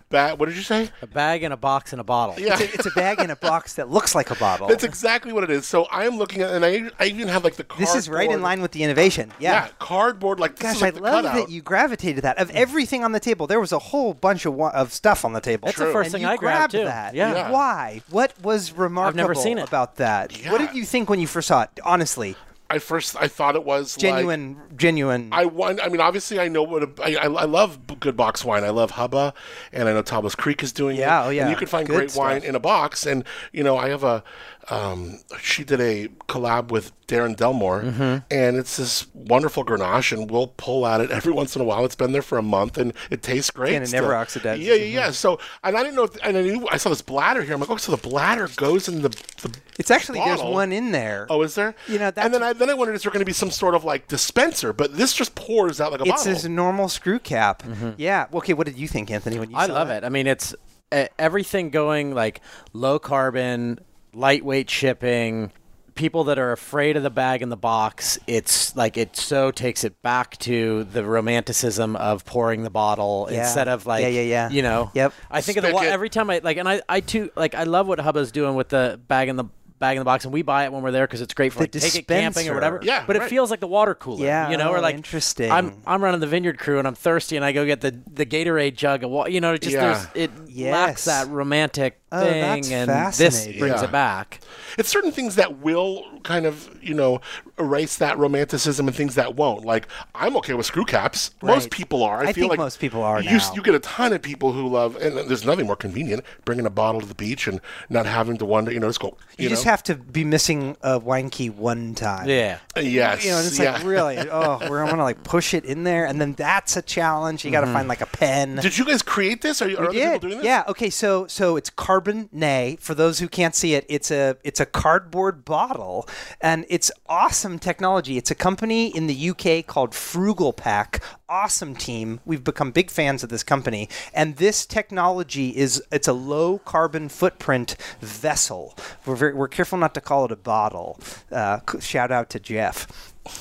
[SPEAKER 1] ba- what did you say?
[SPEAKER 4] A bag and a box and a bottle.
[SPEAKER 1] Yeah.
[SPEAKER 5] It's a, it's a bag in a box that looks like a bottle.
[SPEAKER 1] That's exactly what it is. So I'm looking at, and I, I even have like the cardboard.
[SPEAKER 5] this is right in line with the innovation.
[SPEAKER 1] Yeah,
[SPEAKER 5] Yeah.
[SPEAKER 1] cardboard like this
[SPEAKER 5] Gosh,
[SPEAKER 1] is like
[SPEAKER 5] I
[SPEAKER 1] the
[SPEAKER 5] love
[SPEAKER 1] cutout. Mm.
[SPEAKER 5] that you gravitated to that. Of everything on the table, there was a whole bunch of wa- of stuff on the table.
[SPEAKER 4] That's the True. first
[SPEAKER 5] And
[SPEAKER 4] thing
[SPEAKER 5] you
[SPEAKER 4] I grabbed, too.
[SPEAKER 5] That.
[SPEAKER 4] Yeah.
[SPEAKER 1] Yeah.
[SPEAKER 5] Why? What was remarkable
[SPEAKER 4] seen it.
[SPEAKER 5] about that? What
[SPEAKER 1] Yeah.
[SPEAKER 5] did you think when you first saw it? Honestly,
[SPEAKER 1] I first I thought it was Like,
[SPEAKER 5] genuine, genuine.
[SPEAKER 1] I want. I mean, obviously, I know what a, I, I I love b- good box wine. I love Hubba, and I know Tablas Creek is doing
[SPEAKER 5] Yeah,
[SPEAKER 1] it.
[SPEAKER 5] oh,
[SPEAKER 1] And
[SPEAKER 5] yeah.
[SPEAKER 1] you can find
[SPEAKER 5] Good
[SPEAKER 1] great wine
[SPEAKER 5] stuff.
[SPEAKER 1] in a box. And you know, I have a. Um, she did a collab with Darren Delmore,
[SPEAKER 5] Mm-hmm.
[SPEAKER 1] and it's this wonderful Grenache, and we'll pull at it every once in a while. It's been there for a month, and it tastes great.
[SPEAKER 5] And it never
[SPEAKER 1] still.
[SPEAKER 5] oxidizes. Mm-hmm.
[SPEAKER 1] Yeah, yeah, yeah. So, and I didn't know. If, and I knew I saw this bladder here. I'm like, oh, so the bladder goes in the. the
[SPEAKER 5] it's actually there's
[SPEAKER 1] bottle.
[SPEAKER 5] one in there.
[SPEAKER 1] Oh, is there?
[SPEAKER 5] You know, that's-
[SPEAKER 1] and then I then I wondered is there going to be some sort of like dispenser, but this just pours out like a
[SPEAKER 5] it's
[SPEAKER 1] bottle.
[SPEAKER 5] this normal screw cap. Yeah. Okay. What did you think, Anthony? When you
[SPEAKER 4] Mm-hmm. I
[SPEAKER 5] saw
[SPEAKER 4] love
[SPEAKER 5] that?
[SPEAKER 4] it. I mean, it's uh, everything going like low carbon, lightweight shipping. People that are afraid of the bag in the box, it's like it so takes it back to the romanticism of pouring the bottle
[SPEAKER 5] Yeah.
[SPEAKER 4] instead of like
[SPEAKER 5] Yeah, yeah, yeah.
[SPEAKER 4] you know.
[SPEAKER 5] Yep.
[SPEAKER 4] I think of the wa-
[SPEAKER 1] Spigot.
[SPEAKER 4] every time I like, and I I too like I love what Hubba's doing with the bag in the bag in the box, and we buy it when we're there because it's great for
[SPEAKER 5] The
[SPEAKER 4] like, take it camping or whatever.
[SPEAKER 5] dispenser.
[SPEAKER 1] Yeah,
[SPEAKER 4] but it
[SPEAKER 1] right.
[SPEAKER 4] feels like the water cooler.
[SPEAKER 5] Yeah,
[SPEAKER 4] you know, or
[SPEAKER 5] oh,
[SPEAKER 4] like
[SPEAKER 5] interesting.
[SPEAKER 4] I'm I'm running the vineyard crew and I'm thirsty and I go get the the Gatorade jug of water. You know, it just
[SPEAKER 1] Yeah.
[SPEAKER 4] there's, it
[SPEAKER 5] Yes.
[SPEAKER 4] lacks that romantic
[SPEAKER 5] Oh,
[SPEAKER 4] thing,
[SPEAKER 5] that's
[SPEAKER 4] and this
[SPEAKER 5] fascinating.
[SPEAKER 4] brings
[SPEAKER 1] Yeah.
[SPEAKER 4] it back.
[SPEAKER 1] it's certain things that will kind of you know erase that romanticism and things that won't like i'm okay with screw caps most
[SPEAKER 5] Right.
[SPEAKER 1] people are i,
[SPEAKER 5] I
[SPEAKER 1] feel
[SPEAKER 5] think
[SPEAKER 1] like
[SPEAKER 5] most people are
[SPEAKER 1] you,
[SPEAKER 5] now.
[SPEAKER 1] you get a ton of people who love and there's nothing more convenient bringing a bottle to the beach and not having to wonder you know just go you,
[SPEAKER 5] You, just
[SPEAKER 1] know?
[SPEAKER 5] have to be missing a wine key one time.
[SPEAKER 4] Yeah,
[SPEAKER 1] yes
[SPEAKER 5] You know, and it's
[SPEAKER 1] yeah.
[SPEAKER 5] like really, oh, we're gonna like push it in there, and then that's a challenge. You gotta
[SPEAKER 1] Mm-hmm.
[SPEAKER 5] find like a pen.
[SPEAKER 1] did you guys create this are, you- are other
[SPEAKER 5] Yeah,
[SPEAKER 1] people doing this
[SPEAKER 5] Yeah. Okay. So so it's carbon nay. For those who can't see it, it's a it's a cardboard bottle, and it's awesome technology. It's a company in the UK called Frugal Pack. Awesome team. We've become big fans of this company, and this technology is it's a low carbon footprint vessel. We're very, we're careful not to call it a bottle. Uh, c- shout out to Jeff.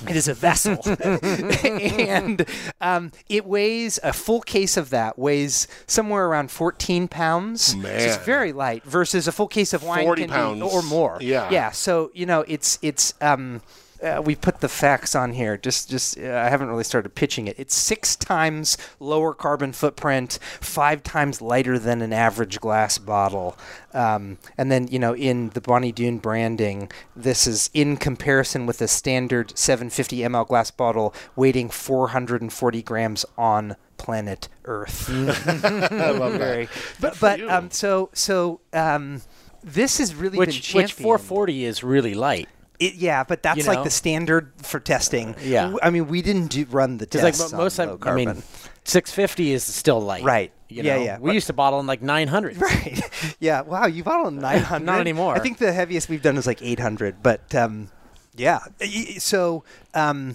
[SPEAKER 5] It is a vessel, and um, it weighs a full case of that weighs somewhere around 14 pounds. So
[SPEAKER 1] Man.
[SPEAKER 5] it's very light versus a full case of wine
[SPEAKER 1] 40
[SPEAKER 5] can be-
[SPEAKER 1] pounds.
[SPEAKER 5] or more.
[SPEAKER 1] Yeah.
[SPEAKER 5] yeah. So you know, it's it's. Um, uh, we put the facts on here. Just, just uh, I haven't really started pitching it. It's six times lower carbon footprint, five times lighter than an average glass bottle, um, and then you know, in the Bonnie Doon branding, this is in comparison with a standard 750 ml glass bottle, weighting 440 grams on planet Earth. I love that. But, but um, so so um, this has really been
[SPEAKER 4] which which
[SPEAKER 5] championed.
[SPEAKER 4] 440 is really light.
[SPEAKER 5] It, yeah, but that's
[SPEAKER 4] You
[SPEAKER 5] like
[SPEAKER 4] know?
[SPEAKER 5] the standard for testing.
[SPEAKER 4] Yeah.
[SPEAKER 5] W- I mean, we didn't do, run the
[SPEAKER 4] It's like
[SPEAKER 5] tests
[SPEAKER 4] mo- most
[SPEAKER 5] on
[SPEAKER 4] time,
[SPEAKER 5] low
[SPEAKER 4] I
[SPEAKER 5] carbon.
[SPEAKER 4] mean, 650 is still light.
[SPEAKER 5] Right.
[SPEAKER 4] You
[SPEAKER 5] Yeah,
[SPEAKER 4] know?
[SPEAKER 5] yeah.
[SPEAKER 4] We used to bottle in like 900.
[SPEAKER 5] right. yeah. Wow. You bottled 900.
[SPEAKER 4] Not anymore.
[SPEAKER 5] I think the heaviest we've done is like 800. But um, yeah. Y- y- So um,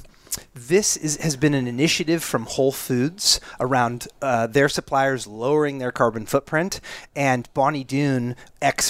[SPEAKER 5] this is, has been an initiative from Whole Foods around uh, their suppliers lowering their carbon footprint and Bonnie Doon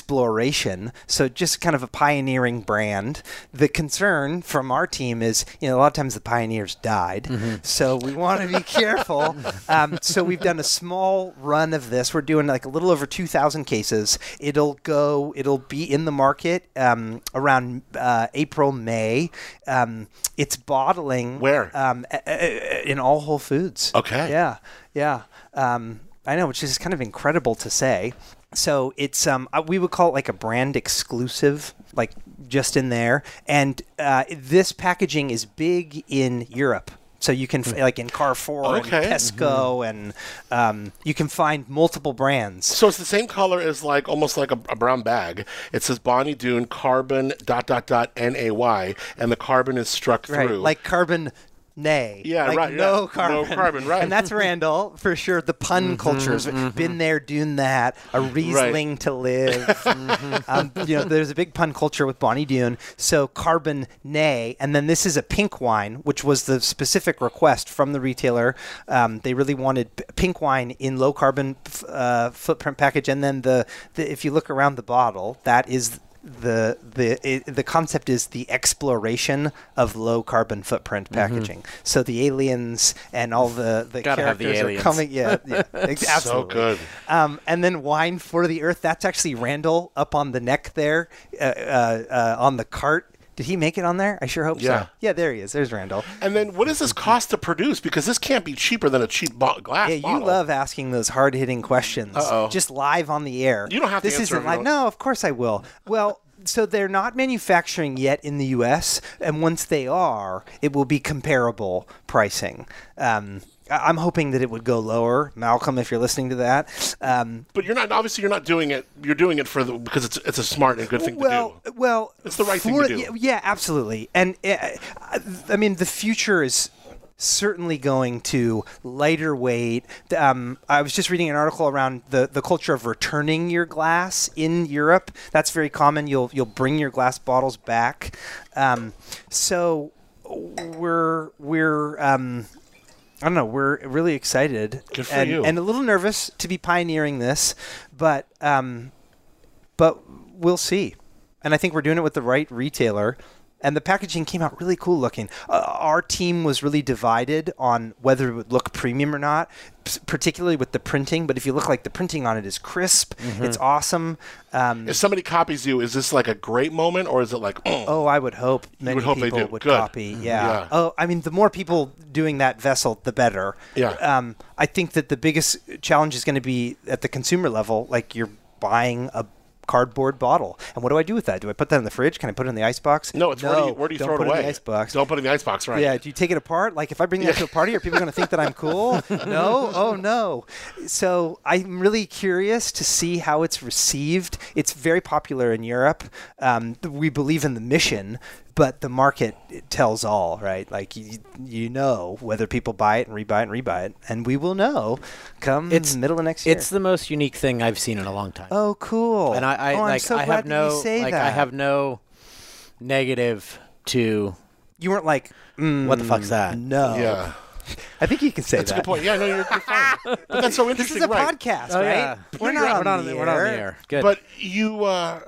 [SPEAKER 5] exploration. So just kind of a pioneering brand. The concern from our team is, you know, a lot of times the pioneers died. So we want to be careful. um, so we've done a small run of this. We're doing like a little over 2,000 cases. It'll go, it'll be in the market um, around uh, April, May. Um, it's bottling.
[SPEAKER 1] Where?
[SPEAKER 5] Um, a- a- a- in all Whole Foods.
[SPEAKER 1] Okay.
[SPEAKER 5] Yeah. Yeah. Um, I know, which is kind of incredible to say. So it's um uh, we would call it like a brand exclusive, like just in there. And uh, this packaging is big in Europe. So you can f- like in Carrefour
[SPEAKER 1] Hmm. Okay. Mm-hmm.
[SPEAKER 5] and Tesco, and um, you can find multiple brands.
[SPEAKER 1] So it's the same color as like almost like a, a brown bag. It says Bonnie Doon carbon dot dot dot N A Y, and the carbon is struck
[SPEAKER 5] Right,
[SPEAKER 1] through.
[SPEAKER 5] like carbon. Nay,
[SPEAKER 1] Yeah,
[SPEAKER 5] like
[SPEAKER 1] right, yeah.
[SPEAKER 5] No
[SPEAKER 1] No
[SPEAKER 5] carbon,
[SPEAKER 1] carbon, right.
[SPEAKER 5] And that's Randall for sure. The pun culture has been there, doing that. A Riesling to live. um, you know, there's a big pun culture with Bonnie Doon. So carbon nay, and then this is a pink wine, which was the specific request from the retailer. Um, they really wanted p- pink wine in low carbon f- uh, footprint package, and then the, the if you look around the bottle, that is the the it, the concept is the exploration of low carbon footprint packaging. So the aliens and all the the
[SPEAKER 4] Gotta have the
[SPEAKER 5] characters
[SPEAKER 4] aliens.
[SPEAKER 5] are coming. Yeah, yeah ex- absolutely.
[SPEAKER 1] good.
[SPEAKER 5] Um, and then wine for the earth. That's actually Randall up on the neck there, uh, uh, uh, on the cart. Did he make it on there? I sure hope
[SPEAKER 1] Yeah.
[SPEAKER 5] so. Yeah, there he is. There's Randall.
[SPEAKER 1] And then what does this cost to produce? Because this can't be cheaper than a cheap bo- glass
[SPEAKER 5] Yeah, you
[SPEAKER 1] bottle.
[SPEAKER 5] love asking those hard hitting questions.
[SPEAKER 1] Uh-oh.
[SPEAKER 5] Just live on the air.
[SPEAKER 1] You don't have to
[SPEAKER 5] this
[SPEAKER 1] answer if
[SPEAKER 5] isn't
[SPEAKER 1] you
[SPEAKER 5] live.
[SPEAKER 1] don't-
[SPEAKER 5] No, of course I will. Well, so they're not manufacturing yet in the U.S., and once they are, it will be comparable pricing. Um, I- I'm hoping that it would go lower, Malcolm. If you're listening to that, um,
[SPEAKER 1] But you're not obviously you're not doing it. You're doing it for the because it's it's a smart and good thing
[SPEAKER 5] well,
[SPEAKER 1] to do.
[SPEAKER 5] Well,
[SPEAKER 1] It's the right thing
[SPEAKER 5] for-
[SPEAKER 1] to do.
[SPEAKER 5] Yeah, yeah, absolutely. And uh, I- I mean, the future is certainly going to lighter weight. Um, I was just reading an article around the, the culture of returning your glass in Europe. That's very common. You'll you'll bring your glass bottles back. Um, so we're we're um, I don't know. We're really excited
[SPEAKER 1] Good for
[SPEAKER 5] and,
[SPEAKER 1] you.
[SPEAKER 5] and a little nervous to be pioneering this, but um, but we'll see. And I think we're doing it with the right retailer. And the packaging came out really cool looking. Uh, our team was really divided on whether it would look premium or not, p- particularly with the printing. But if you look like the printing on it is crisp,
[SPEAKER 1] Mm-hmm.
[SPEAKER 5] it's awesome. Um,
[SPEAKER 1] If somebody copies you, is this like a great moment or is it like oh,
[SPEAKER 5] oh, I would hope many
[SPEAKER 1] would hope they
[SPEAKER 5] people
[SPEAKER 1] do.
[SPEAKER 5] would
[SPEAKER 1] Good.
[SPEAKER 5] copy.
[SPEAKER 1] Mhm.
[SPEAKER 5] Yeah.
[SPEAKER 1] Yeah.
[SPEAKER 5] Oh, I mean, the more people doing that vessel, the better.
[SPEAKER 1] Yeah.
[SPEAKER 5] Um, I think that the biggest challenge is going to be at the consumer level. Like you're buying a cardboard bottle, and what do I do with that? Do I put that in the fridge? Can I put it in the ice box?
[SPEAKER 1] no? It's where do you, where do you
[SPEAKER 5] don't
[SPEAKER 1] throw it
[SPEAKER 5] put
[SPEAKER 1] away?
[SPEAKER 5] in the ice box.
[SPEAKER 1] Don't put it in the icebox, right?
[SPEAKER 5] Yeah, do you take it apart? Like if I bring that to a party, are people going to think that I'm cool? no, oh no. So I'm really curious to see how it's received. It's very popular in Europe. Um, th- we believe in the mission, but the market it tells all, right? Like you, you know whether people buy it and rebuy it and rebuy it, and we will know come
[SPEAKER 4] It's-
[SPEAKER 5] middle of next year.
[SPEAKER 4] It's the most unique thing I've seen in a long time.
[SPEAKER 5] oh cool.
[SPEAKER 4] and I, I
[SPEAKER 5] oh,
[SPEAKER 4] like
[SPEAKER 5] I'm so
[SPEAKER 4] I
[SPEAKER 5] glad
[SPEAKER 4] have
[SPEAKER 5] that
[SPEAKER 4] no
[SPEAKER 5] you say
[SPEAKER 4] like
[SPEAKER 5] that.
[SPEAKER 4] I have no negative to
[SPEAKER 5] You weren't like mm,
[SPEAKER 4] what the fuck's that?
[SPEAKER 5] no.
[SPEAKER 1] yeah.
[SPEAKER 5] I think you can say
[SPEAKER 1] That's a
[SPEAKER 5] that.
[SPEAKER 1] good point. Yeah, no, you're, you're fine. But that's so
[SPEAKER 5] This
[SPEAKER 1] interesting,
[SPEAKER 5] is a
[SPEAKER 1] right?
[SPEAKER 5] podcast,
[SPEAKER 4] Oh,
[SPEAKER 5] right?
[SPEAKER 4] yeah.
[SPEAKER 5] We're,
[SPEAKER 4] You're
[SPEAKER 5] not
[SPEAKER 4] right.
[SPEAKER 5] on
[SPEAKER 4] we're not
[SPEAKER 5] the
[SPEAKER 4] we're not on the
[SPEAKER 5] air.
[SPEAKER 4] air. Good.
[SPEAKER 1] But you uh,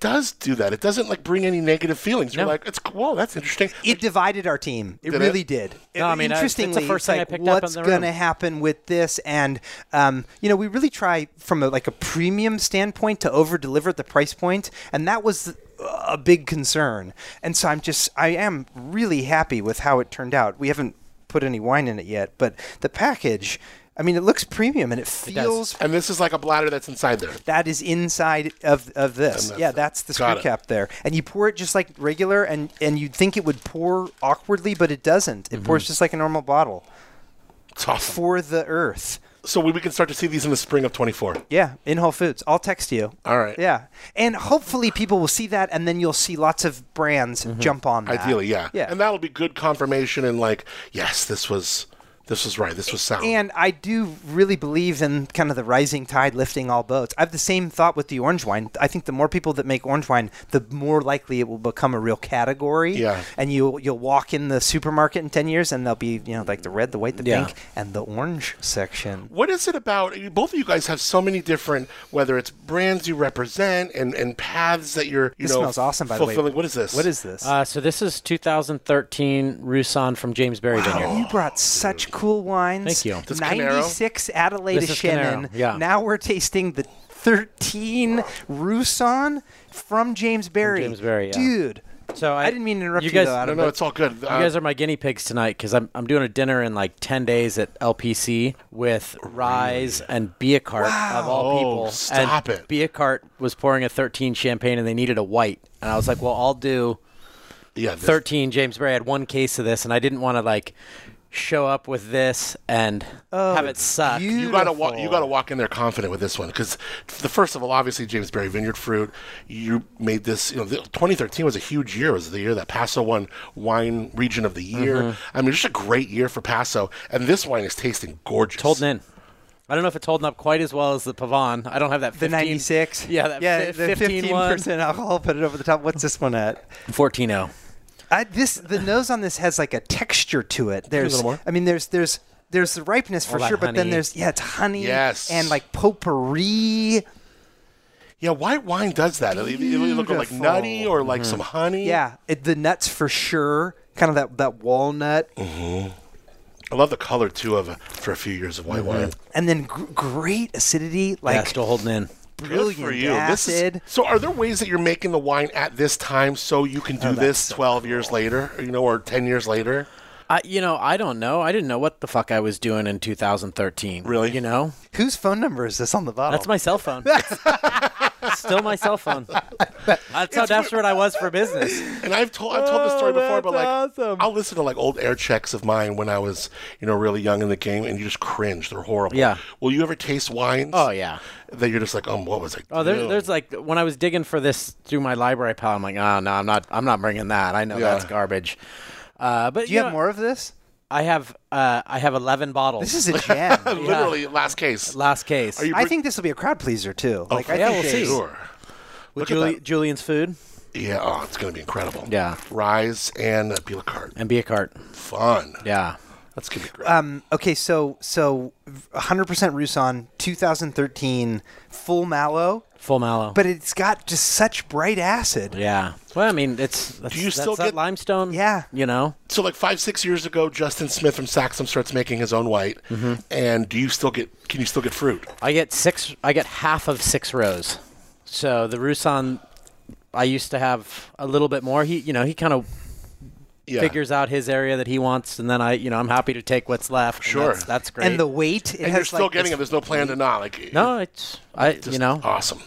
[SPEAKER 1] does do that. It doesn't like bring any negative feelings. You're
[SPEAKER 4] No.
[SPEAKER 1] like, it's cool. That's interesting.
[SPEAKER 5] It divided our team. It
[SPEAKER 1] Did it?
[SPEAKER 5] really did.
[SPEAKER 4] No, I mean, I- it's the
[SPEAKER 5] interestingly,
[SPEAKER 4] first thing I
[SPEAKER 5] like,
[SPEAKER 4] picked up in
[SPEAKER 5] what's
[SPEAKER 4] the
[SPEAKER 5] going to
[SPEAKER 4] room.
[SPEAKER 5] happen with this? And um, you know, we really try from a, like a premium standpoint to over deliver at the price point, and that was a big concern. And so I'm just, I am really happy with how it turned out. We haven't put any wine in it yet, but the package. I mean, it looks premium and it feels
[SPEAKER 1] And this is like a bladder that's inside there.
[SPEAKER 5] that is inside of, of this.
[SPEAKER 1] that's
[SPEAKER 5] yeah,
[SPEAKER 1] it.
[SPEAKER 5] that's the
[SPEAKER 1] Got
[SPEAKER 5] screw
[SPEAKER 1] it.
[SPEAKER 5] cap there. And you pour it just like regular, and, and you'd think it would pour awkwardly, but it doesn't. It
[SPEAKER 1] Mm-hmm.
[SPEAKER 5] pours just like a normal bottle
[SPEAKER 1] It's awesome.
[SPEAKER 5] for the earth.
[SPEAKER 1] So we we can start to see these in the spring of 24.
[SPEAKER 5] Yeah, in Whole Foods. I'll text you.
[SPEAKER 1] All right.
[SPEAKER 5] Yeah. And hopefully people will see that, and then you'll see lots of brands jump on that.
[SPEAKER 1] Mm-hmm. Ideally, yeah.
[SPEAKER 5] Yeah.
[SPEAKER 1] And that'll be good confirmation and like, yes, this was this was right. This was sound.
[SPEAKER 5] And I do really believe in kind of the rising tide lifting all boats. I have the same thought with the orange wine. I think the more people that make orange wine, the more likely it will become a real category.
[SPEAKER 1] Yeah.
[SPEAKER 5] And you you'll walk in the supermarket in ten years, and there'll be you know like the red, the white, the
[SPEAKER 4] Yeah.
[SPEAKER 5] pink, and the orange section.
[SPEAKER 1] what is it about you- both of you guys have so many different whether it's brands you represent and, and paths that you're you
[SPEAKER 5] This
[SPEAKER 1] know
[SPEAKER 5] smells awesome, by the way.
[SPEAKER 1] fulfilling. What is this?
[SPEAKER 5] What is this?
[SPEAKER 4] uh, so this is 2013 Roussan from James Berry Vineyard.
[SPEAKER 5] You brought such cool wines.
[SPEAKER 4] Thank you.
[SPEAKER 1] This Canaro?
[SPEAKER 5] 96 Adelaide
[SPEAKER 4] This is
[SPEAKER 5] Shannon.
[SPEAKER 4] Canaro, yeah.
[SPEAKER 5] Now we're tasting the 13 Roussan from James Berry.
[SPEAKER 4] James Berry, yeah.
[SPEAKER 5] Dude.
[SPEAKER 4] So I,
[SPEAKER 5] didn't mean to interrupt you,
[SPEAKER 4] you guys.
[SPEAKER 5] though,
[SPEAKER 1] No,
[SPEAKER 5] Adam.
[SPEAKER 1] no, it's all good. Uh,
[SPEAKER 4] You guys are my guinea pigs tonight because I'm, I'm doing a dinner in like 10 days at LPC with Rise and Biacart of all
[SPEAKER 1] Oh,
[SPEAKER 4] people.
[SPEAKER 1] stop
[SPEAKER 4] and
[SPEAKER 1] it.
[SPEAKER 4] Biacart was pouring a 13 champagne and they needed a white. And I was like, well, I'll do
[SPEAKER 1] yeah, this-
[SPEAKER 4] 13 James Berry. I had one case of this and I didn't want to like show up with this and have it suck.
[SPEAKER 1] Oh, You gotta walk. You gotta walk in there confident with this one because the first of all, obviously James Berry Vineyard Fruit. You made this. You know, the- 2013 was a huge year. It was the year that Paso won Wine Region of the Year.
[SPEAKER 5] Mm-hmm.
[SPEAKER 1] I mean, just a great year for Paso, and this wine is tasting gorgeous.
[SPEAKER 4] It's holding in. I don't know if it's holding up quite as well as the Pavon. I don't have that 15,
[SPEAKER 5] The 96.
[SPEAKER 4] Yeah, that
[SPEAKER 5] yeah,
[SPEAKER 4] fi-
[SPEAKER 5] the
[SPEAKER 4] 15
[SPEAKER 5] 15
[SPEAKER 4] one.
[SPEAKER 5] percent alcohol. Put it over the top. What's this one at?
[SPEAKER 4] 14.0.
[SPEAKER 5] I, this the nose on this has like a texture to it. There's,
[SPEAKER 1] little more.
[SPEAKER 5] I mean, there's there's there's the ripeness for
[SPEAKER 4] that
[SPEAKER 5] sure, but then
[SPEAKER 4] honey.
[SPEAKER 5] there's yeah, it's honey.
[SPEAKER 1] Yes.
[SPEAKER 5] And like potpourri.
[SPEAKER 1] Yeah, white wine does that. It either look like nutty or like some honey.
[SPEAKER 5] Mm-hmm. Yeah, it, the nuts for sure. Kind of that, that walnut,
[SPEAKER 1] Mm. I love the color too of a, for a few years of white
[SPEAKER 5] Mm-hmm.
[SPEAKER 1] wine.
[SPEAKER 5] and then gr- great acidity,
[SPEAKER 4] Yeah,
[SPEAKER 5] like
[SPEAKER 4] still holding in.
[SPEAKER 5] brilliant
[SPEAKER 1] This is-
[SPEAKER 5] acid.
[SPEAKER 1] so, are there ways that you're making the wine at this time so you can do
[SPEAKER 5] Oh,
[SPEAKER 1] this 12 years later, you know, or 10 years later?
[SPEAKER 4] I, you know, I don't know. I didn't know what the fuck I was doing in 2013.
[SPEAKER 1] Really?
[SPEAKER 4] You know,
[SPEAKER 5] Whose phone number is this on the bottle?
[SPEAKER 4] that's my cell phone. Still my cell phone. That's how desperate I was for business.
[SPEAKER 1] And I've told I've told this story before, but like
[SPEAKER 5] Oh, that's awesome.
[SPEAKER 1] I'll listen to like old air checks of mine when I was you know really young in the game, and you just cringe. They're horrible.
[SPEAKER 4] Yeah.
[SPEAKER 1] Will you ever taste wines?
[SPEAKER 4] Oh yeah.
[SPEAKER 1] That you're just like, um, what was I?
[SPEAKER 4] Oh, there,
[SPEAKER 1] doing?"
[SPEAKER 4] there's like when I was digging for this through my library pile, I'm like, oh no, I'm not, I'm not bringing that. I know
[SPEAKER 1] Yeah.
[SPEAKER 4] that's garbage. Uh, but
[SPEAKER 5] Do you
[SPEAKER 4] know,
[SPEAKER 5] have more of this?
[SPEAKER 4] I have, uh, I have 11 bottles.
[SPEAKER 5] This is a gem.
[SPEAKER 1] literally last case.
[SPEAKER 4] last case.
[SPEAKER 1] you
[SPEAKER 5] I think this will be a crowd pleaser
[SPEAKER 1] Oh,
[SPEAKER 5] too. like, I
[SPEAKER 4] yeah,
[SPEAKER 5] think
[SPEAKER 4] we'll
[SPEAKER 5] they-
[SPEAKER 4] see.
[SPEAKER 1] Sure.
[SPEAKER 4] With
[SPEAKER 1] Look at
[SPEAKER 4] Julie,
[SPEAKER 1] that.
[SPEAKER 4] Julian's food
[SPEAKER 1] Yeah. Oh, it's gonna be incredible.
[SPEAKER 4] Yeah.
[SPEAKER 1] Rise and uh, Peel Cart.
[SPEAKER 4] and be a cart.
[SPEAKER 1] Fun.
[SPEAKER 4] Yeah.
[SPEAKER 1] That's gonna be great.
[SPEAKER 5] Um, okay, so so 100% Roussan, 2013 full mallow,
[SPEAKER 4] Full mallow.
[SPEAKER 5] but it's got just such bright acid.
[SPEAKER 4] yeah. Well, I mean, it's. That's,
[SPEAKER 1] you
[SPEAKER 4] that's
[SPEAKER 1] still
[SPEAKER 4] that
[SPEAKER 1] get-
[SPEAKER 4] limestone?
[SPEAKER 5] Yeah.
[SPEAKER 4] You know.
[SPEAKER 1] so like five six years ago, Justin Smith from Saxum starts making his own white.
[SPEAKER 4] Mm-hmm.
[SPEAKER 1] And do you still get? Can you still get fruit?
[SPEAKER 4] I get six. I get half of six rows. So the Rusan, I used to have a little bit more. He, you know, he kind of
[SPEAKER 1] Yeah.
[SPEAKER 4] figures out his area that he wants, and then I, you know, I'm happy to take what's left. and
[SPEAKER 1] Sure.
[SPEAKER 4] that's, that's great.
[SPEAKER 5] And the weight, it
[SPEAKER 1] And
[SPEAKER 5] has
[SPEAKER 1] you're still
[SPEAKER 5] like
[SPEAKER 1] getting it.
[SPEAKER 5] this-
[SPEAKER 1] There's no plan to not. Like
[SPEAKER 4] no, it's I, you know,
[SPEAKER 1] Awesome.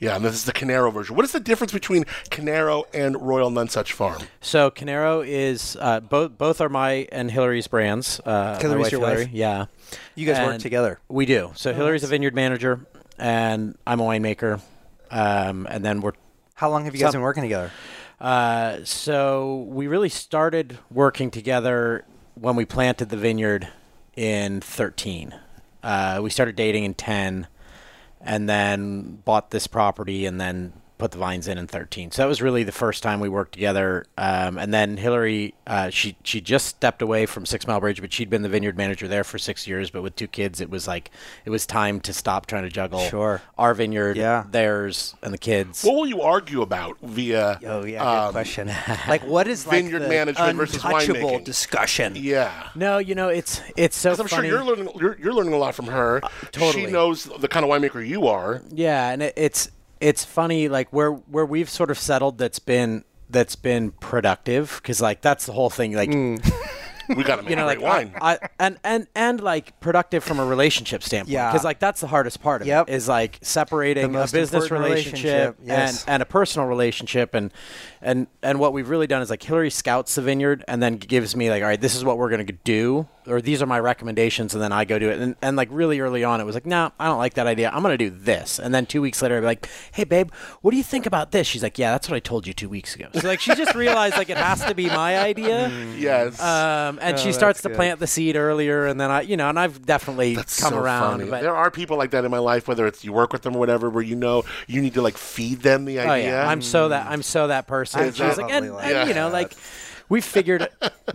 [SPEAKER 1] Yeah, and this is the Canaro version. What is the difference between Canaro and Royal Nunsuch Farm?
[SPEAKER 4] so Canero is uh, both both are my and Hillary's brands. Uh, my
[SPEAKER 5] Hillary's your wife?
[SPEAKER 4] Hillary, yeah.
[SPEAKER 5] You guys work
[SPEAKER 4] And
[SPEAKER 5] together. Oh,
[SPEAKER 4] We do. So Hillary's a vineyard manager, and I'm a winemaker, um, and then we're
[SPEAKER 5] How long have you guys
[SPEAKER 4] Some-
[SPEAKER 5] been working together?
[SPEAKER 4] Uh, so we really started working together when we planted the vineyard in 13. Uh, we started dating in 10 and then bought this property and then put the vines in in 13. So that was really the first time we worked together. Um, and then Hillary, uh, she, she just stepped away from Six Mile Bridge, but she'd been the vineyard manager there for six years. But with two kids, it was like, it was time to stop trying to juggle
[SPEAKER 5] Sure.
[SPEAKER 4] our vineyard,
[SPEAKER 5] Yeah.
[SPEAKER 4] theirs, and the kids.
[SPEAKER 1] What will you argue about via? um,
[SPEAKER 5] Oh yeah, good question. Like what is like
[SPEAKER 1] vineyard
[SPEAKER 5] the
[SPEAKER 1] management versus
[SPEAKER 5] untouchable
[SPEAKER 1] winemaking?
[SPEAKER 5] discussion?
[SPEAKER 1] Yeah.
[SPEAKER 4] No, you know it's it's so.
[SPEAKER 1] Because I'm
[SPEAKER 4] funny. Uh,
[SPEAKER 1] sure you're learning you're, you're learning a lot from her. She
[SPEAKER 4] totally.
[SPEAKER 1] knows the kind of winemaker you are.
[SPEAKER 4] Yeah, and it, it's it's funny like where where we've sort of settled that's been that's been productive because like that's the whole thing like
[SPEAKER 1] We got to make
[SPEAKER 4] you know
[SPEAKER 1] great
[SPEAKER 4] like uh,
[SPEAKER 1] wine.
[SPEAKER 4] I, I- and and and like productive from a relationship standpoint
[SPEAKER 5] Yeah.
[SPEAKER 4] because like that's the hardest part of
[SPEAKER 5] Yep.
[SPEAKER 4] it is like separating
[SPEAKER 5] The
[SPEAKER 4] a
[SPEAKER 5] most
[SPEAKER 4] business
[SPEAKER 5] important
[SPEAKER 4] relationship,
[SPEAKER 5] relationship, yes.
[SPEAKER 4] and and a personal relationship and and and what we've really done is like Hillary scouts the vineyard and then gives me like all right this is what we're gonna do or these are my recommendations and then I go do it and and like really early on it was like no I don't like that idea I'm gonna do this and then two weeks later I'd be like hey babe what do you think about this she's like yeah that's what I told you two weeks ago so like she just realized like it has to be my idea
[SPEAKER 1] Mm. yes.
[SPEAKER 4] um, and she
[SPEAKER 5] that's
[SPEAKER 4] starts to
[SPEAKER 5] good.
[SPEAKER 4] plant the seed earlier, and then I, you know, and I've definitely
[SPEAKER 1] That's
[SPEAKER 4] come
[SPEAKER 1] so
[SPEAKER 4] around.
[SPEAKER 1] funny.
[SPEAKER 4] But
[SPEAKER 1] there are people like that in my life, whether it's you work with them or whatever, where you know you need to like feed them the
[SPEAKER 4] oh
[SPEAKER 1] idea.
[SPEAKER 4] yeah, I'm so that I'm so that person.
[SPEAKER 5] I'm
[SPEAKER 4] And she was like, and,
[SPEAKER 5] probably like
[SPEAKER 4] and, you know,
[SPEAKER 5] that.
[SPEAKER 4] like we figured,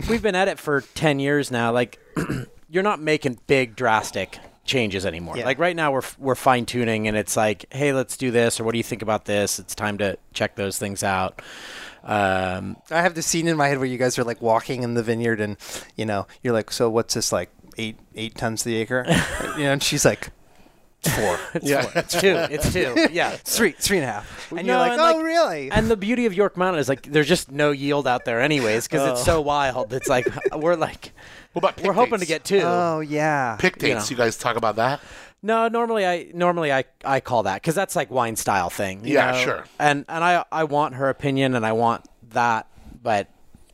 [SPEAKER 4] we've been at it for ten years now. Like you're not making big drastic changes anymore.
[SPEAKER 5] Yeah.
[SPEAKER 4] Like right now, we're f- we're fine tuning, and it's like, hey, let's do this, or what do you think about this? It's time to check those things out. Um,
[SPEAKER 5] I have the scene in my head where you guys are like walking in the vineyard, and you know, you're like, so what's this like eight eight tons to the acre? you know, and she's like, four,
[SPEAKER 1] yeah.
[SPEAKER 4] it's two. It's two. Yeah.
[SPEAKER 5] three, three and a half, and you're
[SPEAKER 4] No,
[SPEAKER 5] like,
[SPEAKER 4] and,
[SPEAKER 5] oh
[SPEAKER 4] like-
[SPEAKER 5] really?
[SPEAKER 4] And the beauty of York Mountain is like there's just no yield out there anyways because it's so wild. It's like we're like
[SPEAKER 1] Oh. What about pick
[SPEAKER 4] we're hoping to
[SPEAKER 1] dates?
[SPEAKER 4] get two.
[SPEAKER 5] oh yeah,
[SPEAKER 1] pick dates. You,
[SPEAKER 4] know.
[SPEAKER 1] guys talk about that.
[SPEAKER 4] no, normally I normally I, I call that because that's like wine style thing. you
[SPEAKER 1] Yeah,
[SPEAKER 4] know?
[SPEAKER 1] sure.
[SPEAKER 4] And and I I want her opinion and I want that, but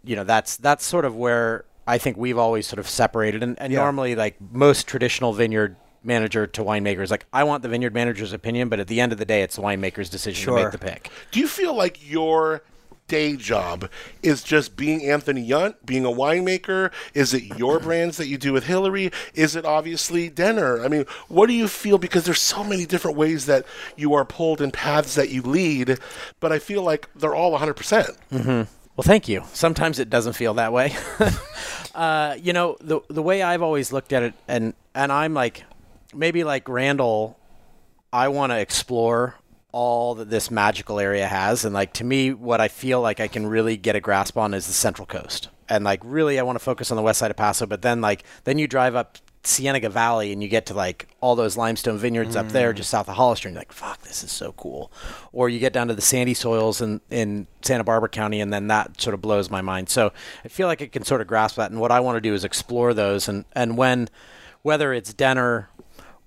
[SPEAKER 4] you know that's that's sort of where I think we've always sort of separated. And, and
[SPEAKER 5] Yeah.
[SPEAKER 4] normally like most traditional vineyard manager to winemakers like I want the vineyard manager's opinion, but at the end of the day, it's the winemaker's decision to
[SPEAKER 5] Sure.
[SPEAKER 4] make the pick.
[SPEAKER 1] Do you feel like your day job is just being Anthony Yunt, being a winemaker? Is it your brands that you do with Hillary? Is it obviously dinner? I mean, what do you feel? Because there's so many different ways that you are pulled in paths that you lead, but I feel like they're all 100%. percent
[SPEAKER 4] Well, thank you. Sometimes it doesn't feel that way. uh, you know, the the way I've always looked at it, and and I'm like, maybe like Randall, I want to explore all that this magical area has. And like to me, what I feel like I can really get a grasp on is the Central Coast. And like really, I want to focus on the west side of Paso. But then like then you drive up Cienega Valley and you get to like all those limestone vineyards up there just south of Hollister and you're like, fuck, this is so cool. Or you get down to the sandy soils in, in Santa Barbara County and then that sort of blows my mind. So I feel like I can sort of grasp that and what I want to do is explore those and, and when whether it's Denner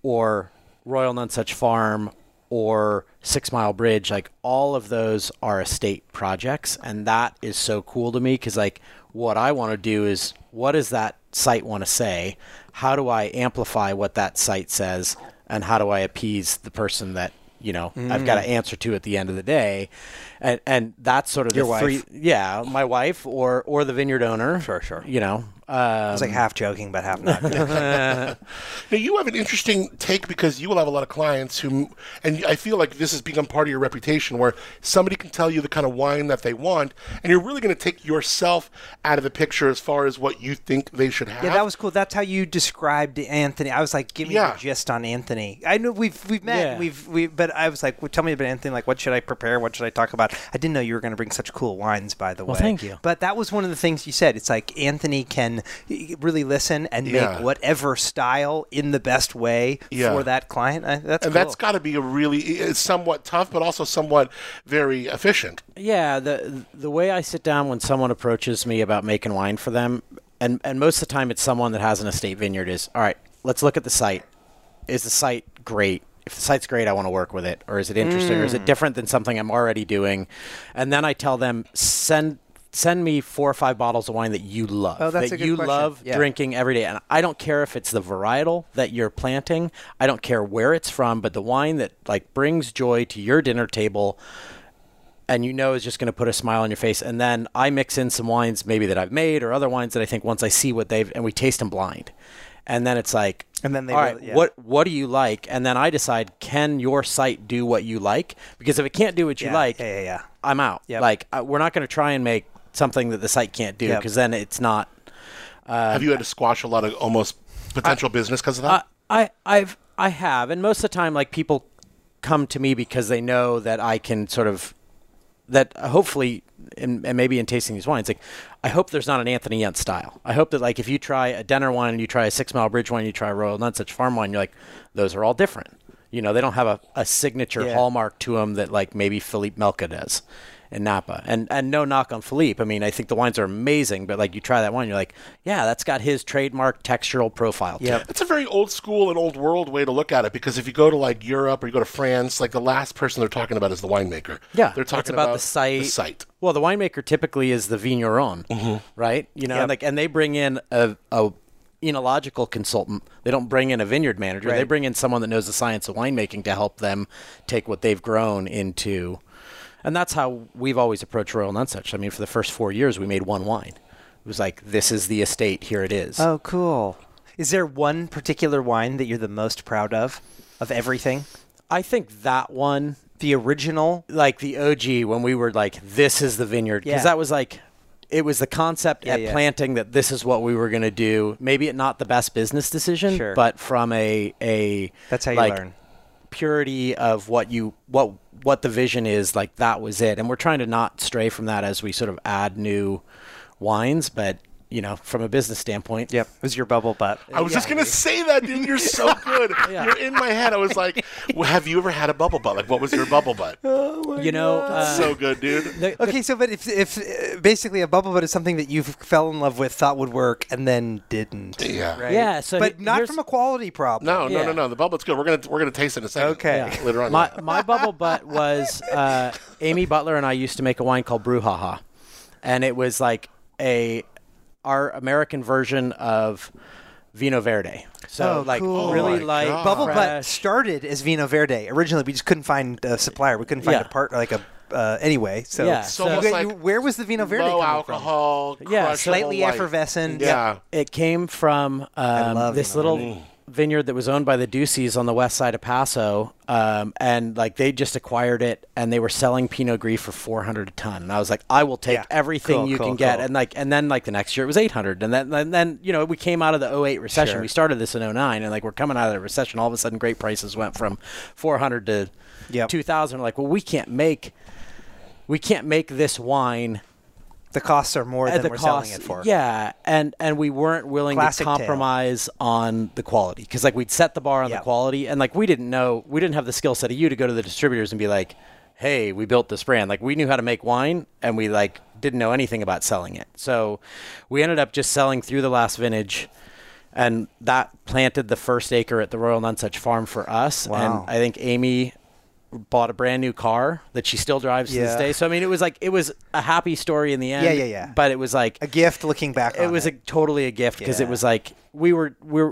[SPEAKER 4] or Royal Nunsuch Farm or Six Mile Bridge, like all of those are estate projects. And that is so cool to me because, like, what I want to do is what does that site want to say? How do I amplify what that site says? And how do I appease the person that, you know, I've got to answer to at the end of the day? And, and that's sort of the
[SPEAKER 5] wife.
[SPEAKER 4] three. Yeah, my wife or, or the vineyard owner. Sure, sure. You know, uh,
[SPEAKER 5] It's like half joking, but half not.
[SPEAKER 1] Now you have an interesting take because you will have a lot of clients who, and I feel like this has become part of your reputation, where somebody can tell you the kind of wine that they want, and you're really going to take yourself out of the picture as far as what you think they should have.
[SPEAKER 5] yeah, that was cool. That's how you described Anthony. I was like, give me
[SPEAKER 1] Yeah.
[SPEAKER 5] the gist on Anthony. I know we've we've met,
[SPEAKER 4] Yeah.
[SPEAKER 5] and we've we, but I was like, well, tell me about Anthony. Like, what should I prepare? What should I talk about? I didn't know you were going to bring such cool wines, by the way.
[SPEAKER 4] thank you.
[SPEAKER 5] But that was one of the things you said. It's like Anthony can really listen and
[SPEAKER 1] Yeah.
[SPEAKER 5] make whatever style in the best way
[SPEAKER 1] Yeah.
[SPEAKER 5] for that client. I, that's
[SPEAKER 1] and
[SPEAKER 5] cool.
[SPEAKER 1] that's got to be a really it's somewhat tough, but also somewhat very efficient.
[SPEAKER 4] Yeah, the the way I sit down when someone approaches me about making wine for them, and and most of the time it's someone that has an estate vineyard is all right. Let's look at the site. Is the site great? If the site's great, I want to work with it. Or is it interesting? Or is
[SPEAKER 5] Mm.
[SPEAKER 4] it different than something I'm already doing? And then I tell them send send me four or five bottles of wine that you love
[SPEAKER 5] Oh, that's
[SPEAKER 4] that
[SPEAKER 5] a good
[SPEAKER 4] you
[SPEAKER 5] question.
[SPEAKER 4] love
[SPEAKER 5] Yeah.
[SPEAKER 4] drinking drinking every day. And I don't care if it's the varietal that you're planting. I don't care where it's from, but the wine that like brings joy to your dinner table and you know is just going to put a smile on your face. And then I mix in some wines maybe that I've made or other wines that I think once I see what they've and we taste them blind. And then it's like
[SPEAKER 5] And then they
[SPEAKER 4] all right,
[SPEAKER 5] really- yeah.
[SPEAKER 4] what what do you like? And then I decide can your site do what you like? Because if it can't do what you
[SPEAKER 5] Yeah,
[SPEAKER 4] like,
[SPEAKER 5] yeah, yeah, yeah.
[SPEAKER 4] I'm out.
[SPEAKER 5] Yep.
[SPEAKER 4] Like I, we're not going to try and make something that the site can't do
[SPEAKER 5] Yep.
[SPEAKER 4] because then it's not
[SPEAKER 1] have you had to squash a lot of almost potential business because of that?
[SPEAKER 4] Uh, I, I I've I have, and most of the time, like people come to me because they know that I can sort of that hopefully and, and maybe in tasting these wines like i hope there's not an anthony yent style i hope that like if you try a denner wine and you try a six mile bridge wine you try a royal nunsuch farm wine you're like those are all different you know they don't have a, a signature
[SPEAKER 5] Yeah.
[SPEAKER 4] hallmark to them that like maybe philippe melka does in napa and and no knock on philippe i mean i think the wines are amazing but like you try that wine you're like yeah that's got his trademark textural profile to
[SPEAKER 5] Yep.
[SPEAKER 4] it.
[SPEAKER 1] It's a very old school and old world way to look at it because if you go to like Europe or you go to France, like the last person they're talking about is the winemaker.
[SPEAKER 4] Yeah,
[SPEAKER 1] they're
[SPEAKER 4] it's
[SPEAKER 1] talking
[SPEAKER 4] about, the site.
[SPEAKER 1] The site. Mm-hmm.
[SPEAKER 4] Well, the winemaker typically is the vigneron, right? You know,
[SPEAKER 5] Yep.
[SPEAKER 4] like, and they bring in a, a enological consultant. They don't bring in a vineyard manager. They
[SPEAKER 5] Right.
[SPEAKER 4] bring in someone that knows the science of winemaking to help them take what they've grown into. And that's how we've always approached Royal Nunsuch. I mean, for the first four years, we made one wine. It was like, this is the estate. Here it is.
[SPEAKER 5] Oh, cool. Is there one particular wine that you're the most proud of, of everything?
[SPEAKER 4] I think that one
[SPEAKER 5] The original?
[SPEAKER 4] like the OG when we were like, this is the vineyard. Because
[SPEAKER 5] Yeah.
[SPEAKER 4] that was like, it was the concept
[SPEAKER 5] Yeah,
[SPEAKER 4] at
[SPEAKER 5] yeah.
[SPEAKER 4] planting that this is what we were going to do. Maybe it not the best business decision,
[SPEAKER 5] Sure.
[SPEAKER 4] but from a, a
[SPEAKER 5] That's how you
[SPEAKER 4] like,
[SPEAKER 5] learn.
[SPEAKER 4] purity of what you, what, what the vision is, like that was it. And we're trying to not stray from that as we sort of add new wines, but you know, from a business standpoint.
[SPEAKER 5] Yep. It was your bubble butt.
[SPEAKER 1] I was just gonna say that, dude. You're so good. You're in my head. I was like, well, have you ever had a bubble butt? Like, what was your bubble butt?
[SPEAKER 4] You know, uh,
[SPEAKER 1] so good, dude.
[SPEAKER 4] the-
[SPEAKER 5] Okay, so but if if uh, basically a bubble butt is something that you fell in love with, thought would work, and then didn't.
[SPEAKER 1] Yeah.
[SPEAKER 5] Right?
[SPEAKER 4] Yeah, so
[SPEAKER 5] but
[SPEAKER 4] he-
[SPEAKER 5] not
[SPEAKER 4] here's-
[SPEAKER 5] from a quality problem.
[SPEAKER 1] No, no, no,
[SPEAKER 4] Yeah.
[SPEAKER 1] no. The bubble butt's good. We're gonna we're gonna taste it in a second.
[SPEAKER 5] Okay.
[SPEAKER 4] Yeah.
[SPEAKER 1] Later on.
[SPEAKER 4] My, my bubble butt was uh, Amy Butler and I used to make a wine called Brouhaha, and it was like a our American version of Vino Verde.
[SPEAKER 5] Oh,
[SPEAKER 4] So like
[SPEAKER 5] cool.
[SPEAKER 1] Oh
[SPEAKER 4] really
[SPEAKER 1] my
[SPEAKER 4] light
[SPEAKER 1] God.
[SPEAKER 5] Bubble butt
[SPEAKER 4] fresh-
[SPEAKER 5] started as Vino Verde originally. We just couldn't find a supplier. We couldn't find
[SPEAKER 4] Yeah.
[SPEAKER 5] a part like a uh, anyway. So,
[SPEAKER 4] Yeah.
[SPEAKER 1] It's
[SPEAKER 4] So-
[SPEAKER 1] almost
[SPEAKER 5] You-
[SPEAKER 1] like
[SPEAKER 5] you- where was the Vino Verde
[SPEAKER 1] low
[SPEAKER 5] coming
[SPEAKER 1] alcohol,
[SPEAKER 4] Yeah,
[SPEAKER 1] crushable
[SPEAKER 5] slightly
[SPEAKER 1] light.
[SPEAKER 5] effervescent.
[SPEAKER 1] Yeah.
[SPEAKER 4] It came from um,
[SPEAKER 5] love Mm.
[SPEAKER 4] this
[SPEAKER 5] Vino
[SPEAKER 4] little vineyard that was owned by the Duceys on the west side of Paso, um, and like they just acquired it, and they were selling Pinot Gris for four hundred a ton. And I was like, I will take
[SPEAKER 5] Yeah.
[SPEAKER 4] everything
[SPEAKER 5] Cool,
[SPEAKER 4] you
[SPEAKER 5] cool,
[SPEAKER 4] can get.
[SPEAKER 5] cool.
[SPEAKER 4] And like, and then like the next year it was eight hundred, and then and then you know we came out of the 08 recession. We started this in 09, and like we're coming out of the recession. All of a sudden, grape prices went from four hundred to
[SPEAKER 5] Yep.
[SPEAKER 4] two thousand. Like, well, we can't make we can't make this wine
[SPEAKER 5] The costs are more
[SPEAKER 4] at
[SPEAKER 5] than
[SPEAKER 4] the
[SPEAKER 5] we're
[SPEAKER 4] cost.
[SPEAKER 5] selling it for.
[SPEAKER 4] Yeah, and and we weren't willing
[SPEAKER 5] Classic
[SPEAKER 4] to
[SPEAKER 5] tale.
[SPEAKER 4] compromise on the quality because like we'd set the bar on
[SPEAKER 5] Yeah.
[SPEAKER 4] the quality, and like we didn't know we didn't have the skill set of you to go to the distributors and be like, hey, we built this brand. Like we knew how to make wine, and we like didn't know anything about selling it. So we ended up just selling through the last vintage. And that planted the first acre at the Royal Nunsuch Farm for us.
[SPEAKER 5] Wow.
[SPEAKER 4] And I think Amy bought a brand new car that she still drives to this
[SPEAKER 5] Yeah.
[SPEAKER 4] day. So I mean, it was like it was a happy story in the end.
[SPEAKER 5] Yeah, yeah, yeah.
[SPEAKER 4] But it was like
[SPEAKER 5] A gift looking back
[SPEAKER 4] it
[SPEAKER 5] on
[SPEAKER 4] was a, totally a gift because
[SPEAKER 5] Yeah.
[SPEAKER 4] it was like we were we are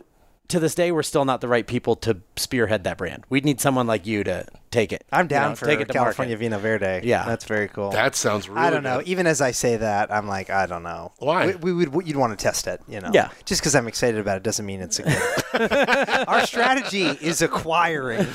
[SPEAKER 4] to this day we're still not the right people to spearhead that brand. We'd need someone like you to take it.
[SPEAKER 5] I'm
[SPEAKER 4] you
[SPEAKER 5] down
[SPEAKER 4] know,
[SPEAKER 5] for
[SPEAKER 4] take it to
[SPEAKER 5] California
[SPEAKER 4] market.
[SPEAKER 5] Vino Verde.
[SPEAKER 4] Yeah.
[SPEAKER 5] That's very cool.
[SPEAKER 1] That sounds really
[SPEAKER 5] I don't know.
[SPEAKER 1] good.
[SPEAKER 5] Even as I say that, I'm like, I don't know.
[SPEAKER 1] Why?
[SPEAKER 5] We, we would. You'd want to test it, you know.
[SPEAKER 4] Yeah.
[SPEAKER 5] Just because I'm excited about it doesn't mean it's a good. Our strategy is acquiring,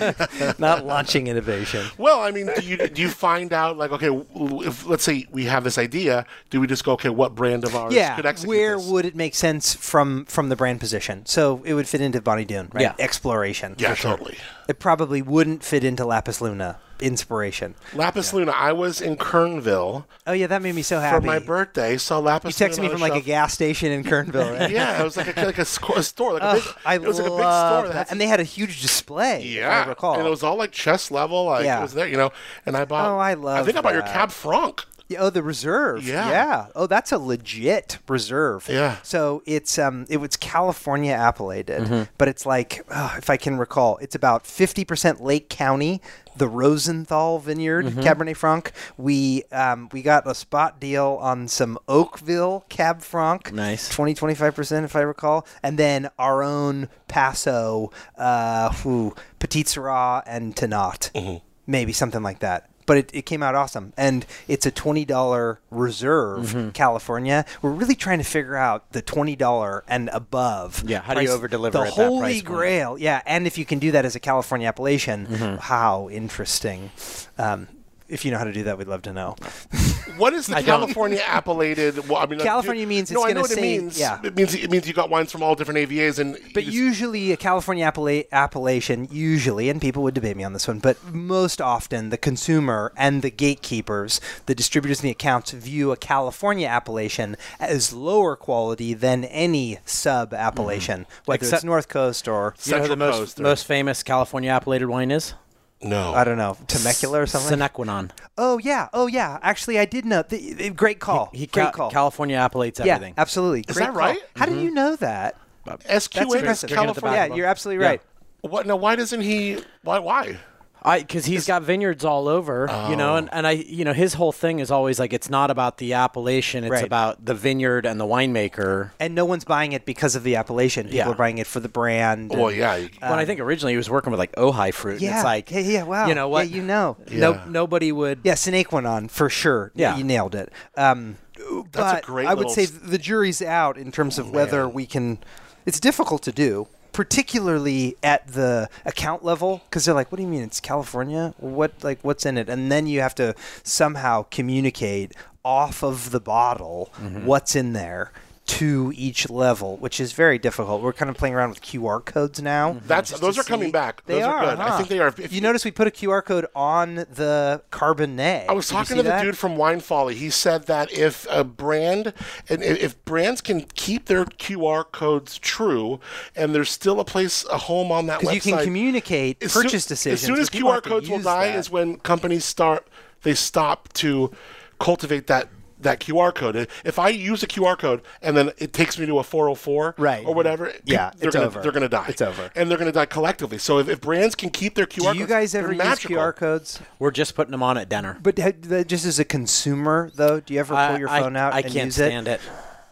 [SPEAKER 5] not launching innovation.
[SPEAKER 1] Well, I mean, do you do you find out like okay, w- w- if let's say we have this idea, do we just go okay, what brand of ours
[SPEAKER 5] Yeah.
[SPEAKER 1] could execute
[SPEAKER 5] Where
[SPEAKER 1] this?
[SPEAKER 5] would it make sense from from the brand position? So it would fit into Bonnie Doon, right?
[SPEAKER 4] Yeah.
[SPEAKER 5] Exploration.
[SPEAKER 1] yeah,
[SPEAKER 5] for sure.
[SPEAKER 1] totally.
[SPEAKER 5] It probably wouldn't fit into Lapis Luna. Inspiration.
[SPEAKER 1] Lapis Luna. I was in Kernville
[SPEAKER 5] Oh yeah, that made me so happy.
[SPEAKER 1] for my birthday, saw
[SPEAKER 5] You
[SPEAKER 1] Lapis.
[SPEAKER 5] texted
[SPEAKER 1] Luna
[SPEAKER 5] me
[SPEAKER 1] on
[SPEAKER 5] from
[SPEAKER 1] the
[SPEAKER 5] like a
[SPEAKER 1] shelf.
[SPEAKER 5] gas station in Kernville, right?
[SPEAKER 1] Yeah, it was like a, like a, sco- a store, like a
[SPEAKER 5] Ugh,
[SPEAKER 1] big,
[SPEAKER 5] I
[SPEAKER 1] it was like a big
[SPEAKER 5] love
[SPEAKER 1] store, that
[SPEAKER 5] that.
[SPEAKER 1] had
[SPEAKER 5] and they had a huge display.
[SPEAKER 1] yeah,
[SPEAKER 5] if I recall.
[SPEAKER 1] and it was all like chest level, like
[SPEAKER 5] Yeah.
[SPEAKER 1] it was there, you know. And I bought.
[SPEAKER 5] Oh, I
[SPEAKER 1] I
[SPEAKER 5] love
[SPEAKER 1] think I bought your
[SPEAKER 5] that.
[SPEAKER 1] Cab Franc.
[SPEAKER 5] Yeah, Oh, the reserve.
[SPEAKER 1] Yeah.
[SPEAKER 5] Yeah. Oh, that's a legit reserve.
[SPEAKER 1] Yeah.
[SPEAKER 5] So it's um it was California appellated,
[SPEAKER 1] Mm-hmm.
[SPEAKER 5] but it's like oh, if I can recall, it's about fifty percent Lake County, the Rosenthal Vineyard
[SPEAKER 1] Mm-hmm.
[SPEAKER 5] Cabernet Franc. We um we got a spot deal on some Oakville Cab Franc.
[SPEAKER 4] Nice.
[SPEAKER 5] 20 25 percent if I recall, and then our own Paso, uh, who Petit Syrah and Tanat,
[SPEAKER 4] Mm-hmm.
[SPEAKER 5] maybe something like that. But it, it came out awesome, and it's a twenty dollar reserve,
[SPEAKER 4] Mm-hmm.
[SPEAKER 5] California. We're really trying to figure out the twenty dollar and above.
[SPEAKER 4] Yeah, how do you overdeliver
[SPEAKER 5] the
[SPEAKER 4] at that
[SPEAKER 5] holy
[SPEAKER 4] price point?
[SPEAKER 5] grail? Yeah, and if you can do that as a California appellation,
[SPEAKER 4] Mm-hmm.
[SPEAKER 5] how interesting. Um, if you know how to do that, we'd love to know.
[SPEAKER 1] What is the California appellated? Well, I mean, like,
[SPEAKER 5] California
[SPEAKER 1] you-
[SPEAKER 5] means
[SPEAKER 1] no,
[SPEAKER 5] it's
[SPEAKER 1] I know
[SPEAKER 5] gonna
[SPEAKER 1] what
[SPEAKER 5] say-
[SPEAKER 1] it means.
[SPEAKER 5] yeah.
[SPEAKER 1] it means it means you got wines from all different AVAs, and
[SPEAKER 5] But
[SPEAKER 1] just-
[SPEAKER 5] usually, a California appella- appellation, usually, and people would debate me on this one, but most often the consumer and the gatekeepers, the distributors and the accounts, view a California appellation as lower quality than any sub appellation, whether
[SPEAKER 4] Mm-hmm. Except-
[SPEAKER 5] it's North Coast or,
[SPEAKER 4] You know who the
[SPEAKER 1] Central
[SPEAKER 4] most
[SPEAKER 1] Coast or-
[SPEAKER 4] most famous California appellated wine is?
[SPEAKER 1] no,
[SPEAKER 5] I don't know, Temecula or something.
[SPEAKER 4] Senequinon.
[SPEAKER 5] oh, yeah. Oh, yeah. Actually, I did know. Th- th- great call.
[SPEAKER 4] He
[SPEAKER 5] great
[SPEAKER 4] ca-
[SPEAKER 5] call.
[SPEAKER 4] California appellates
[SPEAKER 5] yeah,
[SPEAKER 4] everything.
[SPEAKER 5] absolutely. Great
[SPEAKER 1] that
[SPEAKER 5] call.
[SPEAKER 1] right?
[SPEAKER 5] How do
[SPEAKER 4] Mm-hmm.
[SPEAKER 5] you know that? That's
[SPEAKER 1] SQA
[SPEAKER 5] impressive.
[SPEAKER 1] California.
[SPEAKER 5] Yeah, you're absolutely right.
[SPEAKER 1] What? Now, why doesn't he? Why? Why?
[SPEAKER 4] I because he's got vineyards all over, you know, and, and I you know his whole thing is always like it's not about the appellation, it's
[SPEAKER 5] Right.
[SPEAKER 4] about the vineyard and the winemaker.
[SPEAKER 5] And no one's buying it because of the appellation. People
[SPEAKER 4] Yeah.
[SPEAKER 5] are buying it for the brand.
[SPEAKER 1] Well,
[SPEAKER 5] and-
[SPEAKER 1] yeah. you-
[SPEAKER 4] when I think originally he was working with like Ojai fruit, and
[SPEAKER 5] Um, Yeah.
[SPEAKER 4] it's like
[SPEAKER 5] yeah, yeah, wow.
[SPEAKER 4] you know what,
[SPEAKER 5] Yeah, you know.
[SPEAKER 1] Yeah.
[SPEAKER 4] no, nobody would.
[SPEAKER 5] Yeah, Sinequanon, for sure.
[SPEAKER 4] Yeah.
[SPEAKER 5] You nailed it. Um,
[SPEAKER 1] That's a
[SPEAKER 5] but
[SPEAKER 1] great
[SPEAKER 5] I would
[SPEAKER 1] little
[SPEAKER 5] say
[SPEAKER 1] s-
[SPEAKER 5] the jury's out in terms
[SPEAKER 4] Oh,
[SPEAKER 5] of whether we can. It's difficult to do, particularly at the account level, because they're like, "What do you mean it's California? What like what's in it?" And then you have to somehow communicate off of the bottle
[SPEAKER 4] Mm-hmm.
[SPEAKER 5] what's in there to each level, which is very difficult. We're kind of playing around with QR codes now.
[SPEAKER 1] That's
[SPEAKER 5] just
[SPEAKER 1] those
[SPEAKER 5] to
[SPEAKER 1] are coming
[SPEAKER 5] see-
[SPEAKER 1] back.
[SPEAKER 5] They
[SPEAKER 1] those are,
[SPEAKER 5] are.
[SPEAKER 1] good. I
[SPEAKER 5] huh?
[SPEAKER 1] think they are. If
[SPEAKER 5] you notice we put a QR code on the Cabernet.
[SPEAKER 1] I was
[SPEAKER 5] Did you
[SPEAKER 1] talking
[SPEAKER 5] see
[SPEAKER 1] to the
[SPEAKER 5] that?
[SPEAKER 1] dude from Wine Folly. He said that if a brand and i- if brands can keep their QR codes true, and there's still a place, a home on that website,
[SPEAKER 5] Because you can communicate
[SPEAKER 1] as soon-
[SPEAKER 5] purchase decisions.
[SPEAKER 1] As soon
[SPEAKER 5] but
[SPEAKER 1] as
[SPEAKER 5] people
[SPEAKER 1] QR
[SPEAKER 5] have to
[SPEAKER 1] codes will
[SPEAKER 5] use
[SPEAKER 1] die,
[SPEAKER 5] that.
[SPEAKER 1] is when companies start they stop to cultivate that that QR code. If I use a QR code and then it takes me to a 404
[SPEAKER 5] Right.
[SPEAKER 1] or whatever,
[SPEAKER 5] Yeah,
[SPEAKER 1] they're
[SPEAKER 5] it's
[SPEAKER 1] gonna,
[SPEAKER 5] over.
[SPEAKER 1] They're going to die.
[SPEAKER 5] It's over.
[SPEAKER 1] and they're going to die collectively. So if, if brands can keep their QR,
[SPEAKER 5] Do you
[SPEAKER 1] codes,
[SPEAKER 5] guys
[SPEAKER 1] they're
[SPEAKER 5] ever use
[SPEAKER 1] magical.
[SPEAKER 5] QR codes?
[SPEAKER 4] We're just putting them on at dinner.
[SPEAKER 5] But ha- that- just as a consumer, though, do you ever pull
[SPEAKER 4] I-
[SPEAKER 5] your
[SPEAKER 4] I-
[SPEAKER 5] phone out
[SPEAKER 4] I
[SPEAKER 5] and
[SPEAKER 4] can't
[SPEAKER 5] use
[SPEAKER 4] stand it.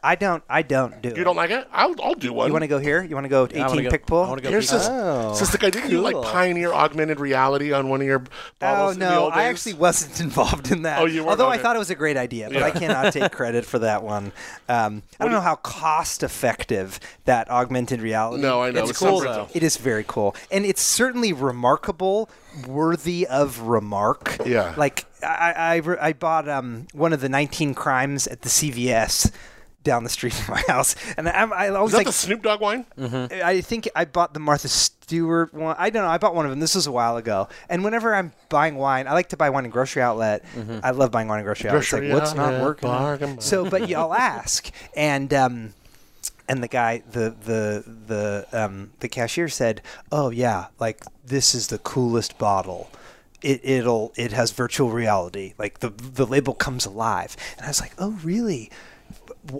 [SPEAKER 5] I don't. I don't do.
[SPEAKER 1] You don't like it? I'll, I'll do one.
[SPEAKER 5] You want to go here? You want to go 18
[SPEAKER 4] I wanna go-
[SPEAKER 5] pick pull?
[SPEAKER 4] I wanna go
[SPEAKER 1] Here's
[SPEAKER 4] peek-
[SPEAKER 1] this. Since the guy didn't you
[SPEAKER 5] Oh. cool.
[SPEAKER 1] like pioneer augmented reality on one of your
[SPEAKER 5] Oh
[SPEAKER 1] bottles in the
[SPEAKER 5] no,
[SPEAKER 1] old
[SPEAKER 5] I
[SPEAKER 1] days?
[SPEAKER 5] actually wasn't involved in that.
[SPEAKER 1] Oh, you weren't?
[SPEAKER 5] Although I
[SPEAKER 1] Okay.
[SPEAKER 5] thought it was a great idea, but I
[SPEAKER 1] Yeah.
[SPEAKER 5] cannot take credit for that one. Um, I don't know how cost effective that augmented reality.
[SPEAKER 1] No, I know.
[SPEAKER 5] It's
[SPEAKER 1] It's
[SPEAKER 5] cool
[SPEAKER 1] not-
[SPEAKER 5] though. It is very cool, and it's certainly remarkable, worthy of remark.
[SPEAKER 1] Yeah.
[SPEAKER 5] Like I, I, I re- I bought um, one of the 19 crimes at the CVS down the street from my house, and I'm, I always
[SPEAKER 1] Is that
[SPEAKER 5] like Mm-hmm.
[SPEAKER 1] the Snoop Dogg wine?
[SPEAKER 5] I think I bought the Martha Stewart one. I don't know. I bought one of them. This was a while ago. And whenever I'm buying wine, I like to buy wine in grocery outlet. I love buying wine in grocery outlet. It's like,
[SPEAKER 1] Mm-hmm. Grocery
[SPEAKER 5] what's not
[SPEAKER 1] outlet,
[SPEAKER 5] working?
[SPEAKER 1] bargain
[SPEAKER 5] So, but y'all ask, and um, and the guy, the the the um, the cashier said, "Oh yeah, like this is the coolest bottle." It, it'll it has virtual reality like the the label comes alive and I was like oh really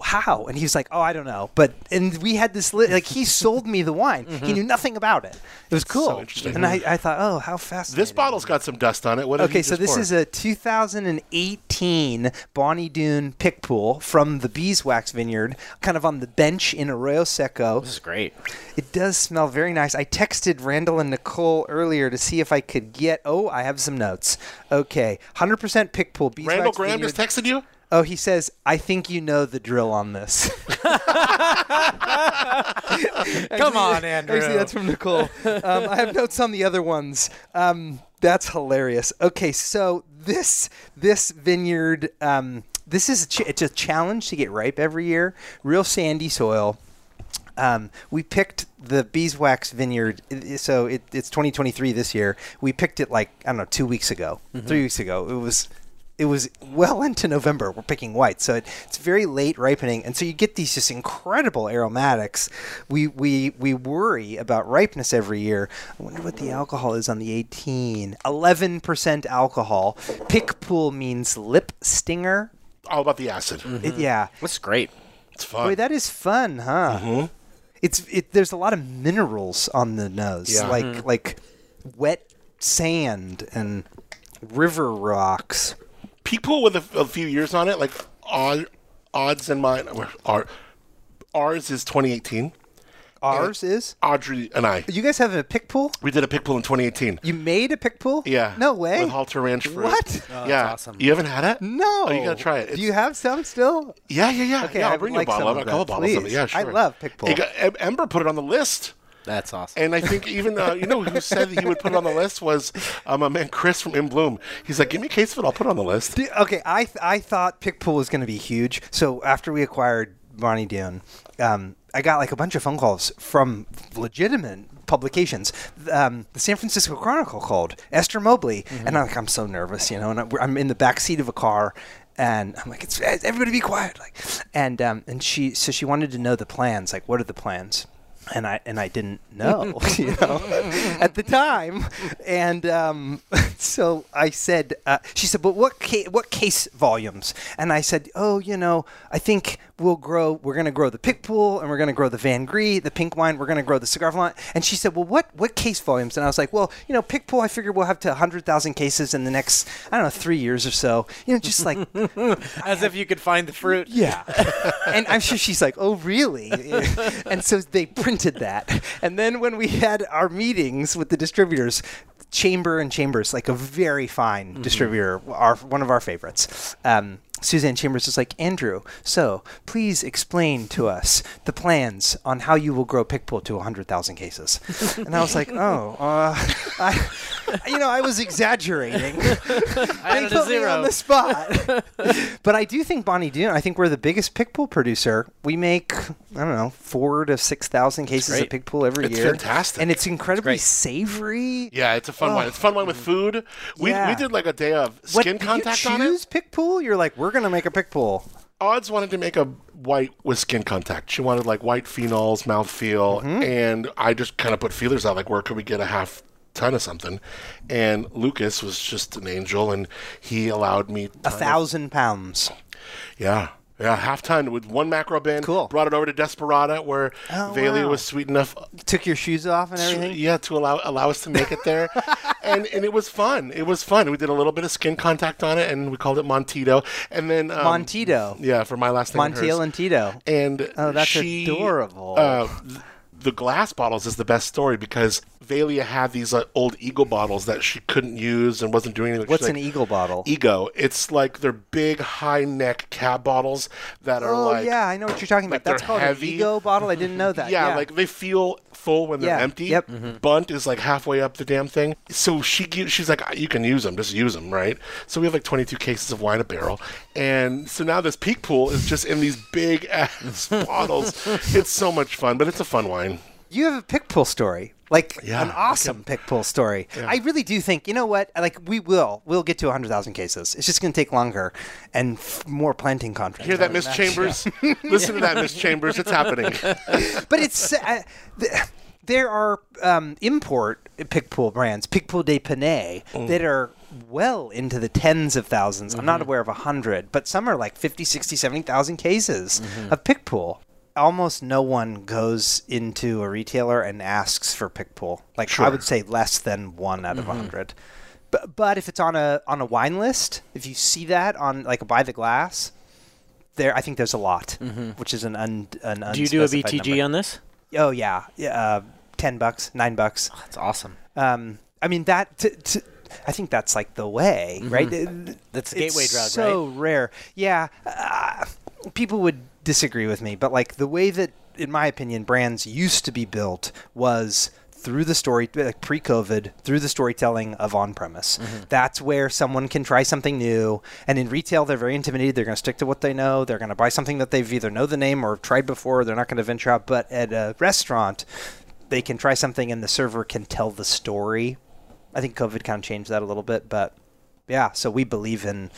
[SPEAKER 5] how? And he was like, oh, I don't know. But and we had this li- like he sold me the wine. He knew nothing about it. It was cool.
[SPEAKER 1] Mm-hmm. interesting.
[SPEAKER 5] And I, I thought, oh, how fast.
[SPEAKER 1] This bottle's got some dust on it. What have
[SPEAKER 5] Okay,
[SPEAKER 1] you
[SPEAKER 5] so
[SPEAKER 1] just
[SPEAKER 5] this
[SPEAKER 1] poured?
[SPEAKER 5] is a 2018 Bonnie Doon pick pool from the Beeswax Vineyard, kind of on the bench in Arroyo Seco.
[SPEAKER 4] This is great.
[SPEAKER 5] It does smell very nice. I texted Randall and Nicole earlier to see if I could get. Oh, I have some notes. Okay, 100% pick pool. Beeswax
[SPEAKER 1] Randall Graham
[SPEAKER 5] Vineyard.
[SPEAKER 1] just texted you.
[SPEAKER 5] Oh, he says, I think you know the drill on this. Come
[SPEAKER 4] on, Andrew.
[SPEAKER 5] Actually, that's from Nicole. Um, I have notes on the other ones. Um, that's hilarious. Okay, so this this vineyard, um, this is a ch- it's a challenge to get ripe every year. Real sandy soil. Um, we picked the beeswax vineyard, i- i- so it, it's 2023 this year. We picked it like I don't know, two weeks ago, three weeks ago. It was it was well into November. We're picking white, so it, it's very late ripening, and so you get these just incredible aromatics. We we we worry about ripeness every year. I wonder what the alcohol is on the 18. 11 percent alcohol. Pick pool means lip stinger.
[SPEAKER 1] All about the acid.
[SPEAKER 5] It- yeah,
[SPEAKER 4] This is great.
[SPEAKER 1] It's fun.
[SPEAKER 5] Boy, Mm-hmm. that is fun, huh?
[SPEAKER 1] Mm-hmm.
[SPEAKER 5] It's it. There's a lot of minerals on the nose,
[SPEAKER 1] Yeah.
[SPEAKER 5] like like wet sand and river rocks.
[SPEAKER 1] People with a, a few years on it, like odd, odds and mine. Our, ours is 2018.
[SPEAKER 5] Ours is.
[SPEAKER 1] Audrey and I.
[SPEAKER 5] You guys have a pick pool?
[SPEAKER 1] We did a pick pool in 2018.
[SPEAKER 5] You made a pick pool?
[SPEAKER 1] Yeah.
[SPEAKER 5] No way.
[SPEAKER 1] With halter ranch fruit.
[SPEAKER 5] What?
[SPEAKER 4] Oh, that's
[SPEAKER 1] yeah.
[SPEAKER 4] awesome.
[SPEAKER 1] You haven't had it?
[SPEAKER 5] No.
[SPEAKER 1] Oh, you gotta try it.
[SPEAKER 5] Do
[SPEAKER 1] It's-
[SPEAKER 5] you have some still?
[SPEAKER 1] Yeah, yeah, yeah.
[SPEAKER 5] Okay,
[SPEAKER 1] yeah,
[SPEAKER 5] I
[SPEAKER 1] I'll
[SPEAKER 5] would
[SPEAKER 1] bring
[SPEAKER 5] like
[SPEAKER 1] you a bottle.
[SPEAKER 5] some
[SPEAKER 1] I've
[SPEAKER 5] of
[SPEAKER 1] got a couple
[SPEAKER 5] that,
[SPEAKER 1] bottles of it.
[SPEAKER 5] please.
[SPEAKER 1] Yeah,
[SPEAKER 5] I
[SPEAKER 1] sure.
[SPEAKER 5] love Pick Bull.
[SPEAKER 1] It got- Em- Ember put it on the list.
[SPEAKER 4] That's awesome.
[SPEAKER 1] And I think even uh, you know who said that he would put it on the list was um, my man Chris from In Bloom. He's like, give me a case of it, I'll put it on the list.
[SPEAKER 5] Dude, okay, I th- I thought pick pool was going to be huge. So after we acquired Bonnie Doon, um, I got like a bunch of phone calls from legitimate publications. Um, the San Francisco Chronicle called Esther Mobley, and I'm like, I'm so nervous, you know, and I, I'm in the back seat of a car. And I'm like, it's everybody be quiet, like, and um, and she so she wanted to know the plans, like, what are the plans? and I and I didn't know, you know, at the time. And um, so I said, uh, she said, "But what ca- what case volumes?" And I said, "Oh, you know, I think we'll grow. We're going to grow the pick pool, and we're going to grow the Van Gris, the pink wine. We're going to grow the cigar wine." And she said, "Well, what what case volumes?" And I was like, "Well, you know, pick pool. I figure we'll have to hundred thousand cases in the next, I don't know, three years or so. You know, just like."
[SPEAKER 4] As if you could find the fruit.
[SPEAKER 5] Yeah. and I'm sure she's like, oh, really? and so they printed that. And then when we had our meetings with the distributors, Chamber and Chambers, like a very fine
[SPEAKER 4] Mm-hmm.
[SPEAKER 5] distributor, our, one of our favorites. Um, Suzanne Chambers is like, Andrew, so please explain to us the plans on how you will grow Pickpool to 100,000 cases. And I was like, oh, uh, I, you know, I was exaggerating.
[SPEAKER 4] I
[SPEAKER 5] they put
[SPEAKER 4] added a
[SPEAKER 5] me on
[SPEAKER 4] zero.
[SPEAKER 5] the spot. but I do think Bonnie Doon. I think we're the biggest pig pool producer. We make I don't know four to six thousand cases of
[SPEAKER 4] great.
[SPEAKER 5] pig pool every
[SPEAKER 1] It's
[SPEAKER 5] year.
[SPEAKER 1] fantastic.
[SPEAKER 5] and it's incredibly savory.
[SPEAKER 1] Yeah, it's a fun wine. It's a fun wine with food. We,
[SPEAKER 5] Yeah.
[SPEAKER 1] we did like a day of
[SPEAKER 5] What,
[SPEAKER 1] skin
[SPEAKER 5] did
[SPEAKER 1] contact
[SPEAKER 5] you
[SPEAKER 1] on
[SPEAKER 5] choose
[SPEAKER 1] it.
[SPEAKER 5] pig pool? You're like, we're gonna make a pig pool.
[SPEAKER 1] Odds wanted to make a white with skin contact. She wanted like white phenols, mouthfeel,
[SPEAKER 5] Mm-hmm.
[SPEAKER 1] and I just kind of put feelers out like where could we get a half ton of something. And Lucas was just an angel, and he allowed me
[SPEAKER 5] A thousand pounds.
[SPEAKER 1] Yeah. Yeah, halftime with one macro bin.
[SPEAKER 5] Cool.
[SPEAKER 1] Brought it over to Desperada, where
[SPEAKER 5] Oh,
[SPEAKER 1] Vailey
[SPEAKER 5] wow.
[SPEAKER 1] was sweet enough
[SPEAKER 5] Took your shoes off and
[SPEAKER 1] to-
[SPEAKER 5] everything.
[SPEAKER 1] yeah, to allow allow us to make it there. and and it was fun. It was fun. We did a little bit of skin contact on it, and we called it Montito. And then um,
[SPEAKER 5] Montito.
[SPEAKER 1] Yeah, for my last name. hers.
[SPEAKER 5] Montiel and Tito.
[SPEAKER 1] And
[SPEAKER 5] Oh, that's
[SPEAKER 1] she,
[SPEAKER 5] adorable.
[SPEAKER 1] Uh, th- the glass bottles is the best story because Valia had these like, old Eagle bottles that she couldn't use and wasn't doing anything. She's
[SPEAKER 5] What's
[SPEAKER 1] like,
[SPEAKER 5] an eagle bottle?
[SPEAKER 1] Ego. It's like they're big, high neck cab bottles that are
[SPEAKER 5] oh
[SPEAKER 1] like
[SPEAKER 5] yeah, I know what you're talking about.
[SPEAKER 1] like
[SPEAKER 5] That's
[SPEAKER 1] they're
[SPEAKER 5] called
[SPEAKER 1] heavy.
[SPEAKER 5] an ego bottle. I didn't know that.
[SPEAKER 1] yeah, like they feel full when they're
[SPEAKER 5] Yeah,
[SPEAKER 1] empty.
[SPEAKER 5] yep.
[SPEAKER 1] Bunt is like halfway up the damn thing. So she gi- she's like, you can use them, just use them, right? So we have like 22 cases of wine a barrel, and so now this peak pool is just in these big ass bottles. It's so much fun, but it's a fun wine.
[SPEAKER 5] you have a pick pull story like
[SPEAKER 1] Yeah,
[SPEAKER 5] an awesome pick pull story i really do think you know what like we will we'll get to 100000 cases it's just going to take longer and f- more planting contracts
[SPEAKER 1] Hear that, Miss Chambers? Listen to that, Miss Chambers. It's happening.
[SPEAKER 5] but it's uh, th- there are um, import pick pool brands pick pool de panay
[SPEAKER 4] Mm.
[SPEAKER 5] that are well into the tens of 1000s i'm not
[SPEAKER 4] Mm-hmm.
[SPEAKER 5] aware of a hundred but some are like 50 60 70000 cases
[SPEAKER 4] Mm-hmm.
[SPEAKER 5] of pick pool Almost no one goes into a retailer and asks for pick pool. Like I would say, less than one out
[SPEAKER 4] Mm-hmm.
[SPEAKER 5] of a hundred. But, but if it's on a on a wine list, if you see that on like a by the glass, there I think there's a lot, which is an un, an
[SPEAKER 4] Mm-hmm. Do you do a
[SPEAKER 5] unspecified
[SPEAKER 4] BTG
[SPEAKER 5] number.
[SPEAKER 4] on this?
[SPEAKER 5] Oh yeah, yeah, uh, ten bucks, nine bucks.
[SPEAKER 4] That's awesome.
[SPEAKER 5] Um, I mean that. T- t- I think that's like the way, right? It-
[SPEAKER 4] Mm-hmm. That's the
[SPEAKER 5] it's
[SPEAKER 4] gateway drug,
[SPEAKER 5] So rare. Yeah, uh, people would disagree with me, but like the way that, in my opinion, brands used to be built was through the story like pre-covid through the storytelling of on-premise that's where someone can try something new and in retail they're very intimidated they're going to stick to what they know they're going to buy something that they've either know the name or tried before they're not going to venture out but at a restaurant they can try something and the server can tell the story. I think COVID kind of changed that a little bit, but yeah, so we believe in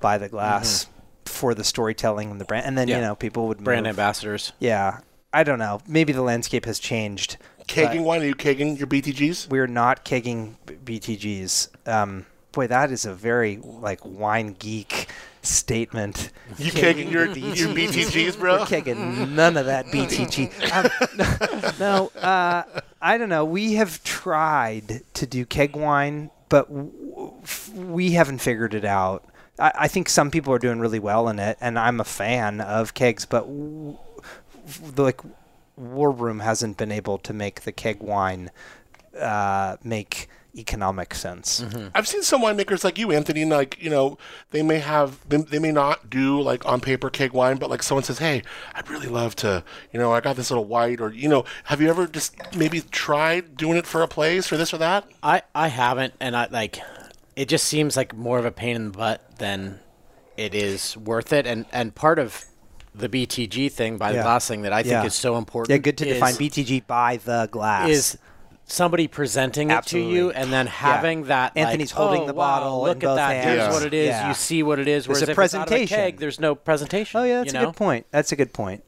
[SPEAKER 5] by the glass for the storytelling and the brand, and then you
[SPEAKER 4] Mm-hmm. Yeah.
[SPEAKER 5] know people would
[SPEAKER 4] Brand
[SPEAKER 5] move.
[SPEAKER 4] ambassadors.
[SPEAKER 5] Yeah, I don't know. Maybe the landscape has changed.
[SPEAKER 1] Kegging wine? Are you kegging your BTGs?
[SPEAKER 5] We're not kegging b- BTGs. Um, boy, that is a very like wine geek statement.
[SPEAKER 1] You kegging your your BTGs, bro?
[SPEAKER 5] Kegging none of that BTG. Um, no, no, uh, I don't know. We have tried to do keg wine, but w- f- we haven't figured it out. I, I think some people are doing really well in it, and I'm a fan of kegs, but w- f- the, like War Room hasn't been able to make the keg wine uh, make economic sense.
[SPEAKER 1] I've seen some winemakers like you, Anthony, and like you know, they may have they, they may not do like on paper keg wine, but like someone says, "Hey, I'd really love to," you know, I got this little white, or you know, have you ever just maybe tried doing it for a place or this or that?
[SPEAKER 4] I, I haven't, and I like. It just seems like more of a pain in the butt than it is worth it, and and part of the BTG thing by
[SPEAKER 5] Yeah.
[SPEAKER 4] the glass thing that I think
[SPEAKER 5] Yeah.
[SPEAKER 4] is so important.
[SPEAKER 5] Yeah, good to
[SPEAKER 4] is-
[SPEAKER 5] define BTG by the glass.
[SPEAKER 4] is somebody presenting
[SPEAKER 5] Absolutely.
[SPEAKER 4] it to you and then having that like,
[SPEAKER 5] Anthony's holding
[SPEAKER 4] "Oh,
[SPEAKER 5] the
[SPEAKER 4] wow,
[SPEAKER 5] bottle
[SPEAKER 4] look
[SPEAKER 5] in
[SPEAKER 4] at
[SPEAKER 5] both
[SPEAKER 4] that
[SPEAKER 5] hands."
[SPEAKER 4] here's
[SPEAKER 1] Yeah.
[SPEAKER 4] what it is
[SPEAKER 5] Yeah.
[SPEAKER 4] you see what it is
[SPEAKER 5] There's
[SPEAKER 4] whereas
[SPEAKER 5] a
[SPEAKER 4] if it's out of
[SPEAKER 5] presentation.
[SPEAKER 4] keg, there's no presentation
[SPEAKER 5] oh yeah, that's
[SPEAKER 4] you
[SPEAKER 5] a
[SPEAKER 4] know?
[SPEAKER 5] good point. That's a good point.